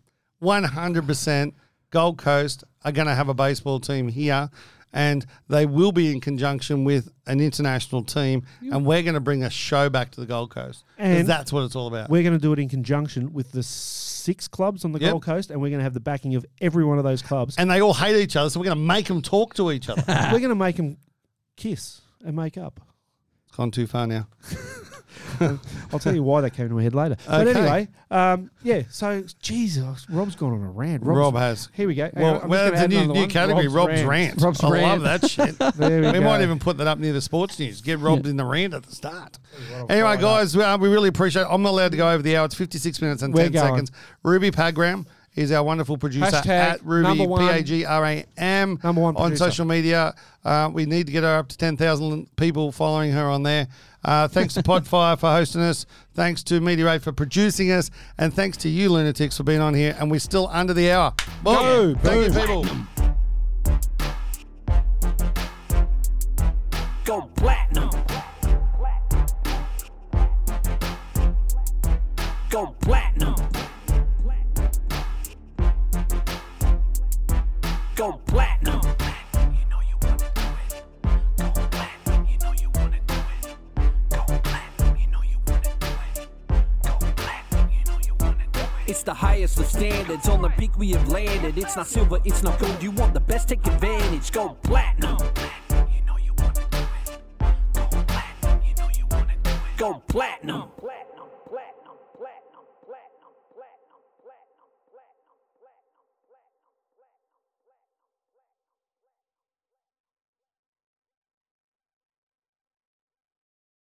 E: Mate.
C: 100%. Gold Coast are going to have a baseball team here, and they will be in conjunction with an international team, and we're going to bring a show back to the Gold Coast. 'Cause
E: And-
C: that's what it's all about.
E: we're going to do it in conjunction with the six clubs on the
C: Yep.
E: Gold Coast, and we're going to have the backing of every one of those clubs.
C: And they all hate each other, so we're going to make them talk to each other.
E: we're going to make them kiss and make up.
C: it's gone too far now.
E: I'll tell you why that came to my head later. But
C: Okay.
E: anyway, um, yeah. So, Jesus, Rob's gone on a rant. Rob's-
C: Rob has.
E: Here we go. Hang on,
C: Well,
E: I'm just
C: well
E: gonna
C: it's a
E: add
C: new,
E: another
C: new
E: one.
C: category, Rob's, rant.
D: Rob's
C: I
D: rant.
C: love that shit.
E: There we
C: we
E: go.
C: might even put that up near the sports news. Get Rob in the rant at the start. Anyway, guys, we, uh, we really appreciate it. I'm not allowed to go over the hour. It's 56 minutes and
E: We're
C: 10
E: going.
C: seconds. Ruby Pagram is our wonderful producer
E: Hashtag
C: at Ruby,
E: number one.
C: P-A-G-R-A-M,
E: Number one
C: on
E: producer.
C: social media. Uh, we need to get her up to 10,000 people following her on there. Uh, thanks to Podfire for hosting us. Thanks to Meteorate for producing us. And thanks to you, lunatics, for being on here. And we're still under the hour. Boom.
E: Go,
C: Thank you,
E: boom.
C: people.
B: Go platinum. Go platinum. Go platinum. You know you wanna do it. Go platinum. You know you wanna do it. Go platinum. You know you wanna do it. Go platinum. You know you wanna do it. It's the highest of standards. On the peak we have landed. It's not silver. It's not gold. You want the best? Take advantage. Go platinum. You know you wanna do it. Go platinum. You know you wanna do it. Go platinum.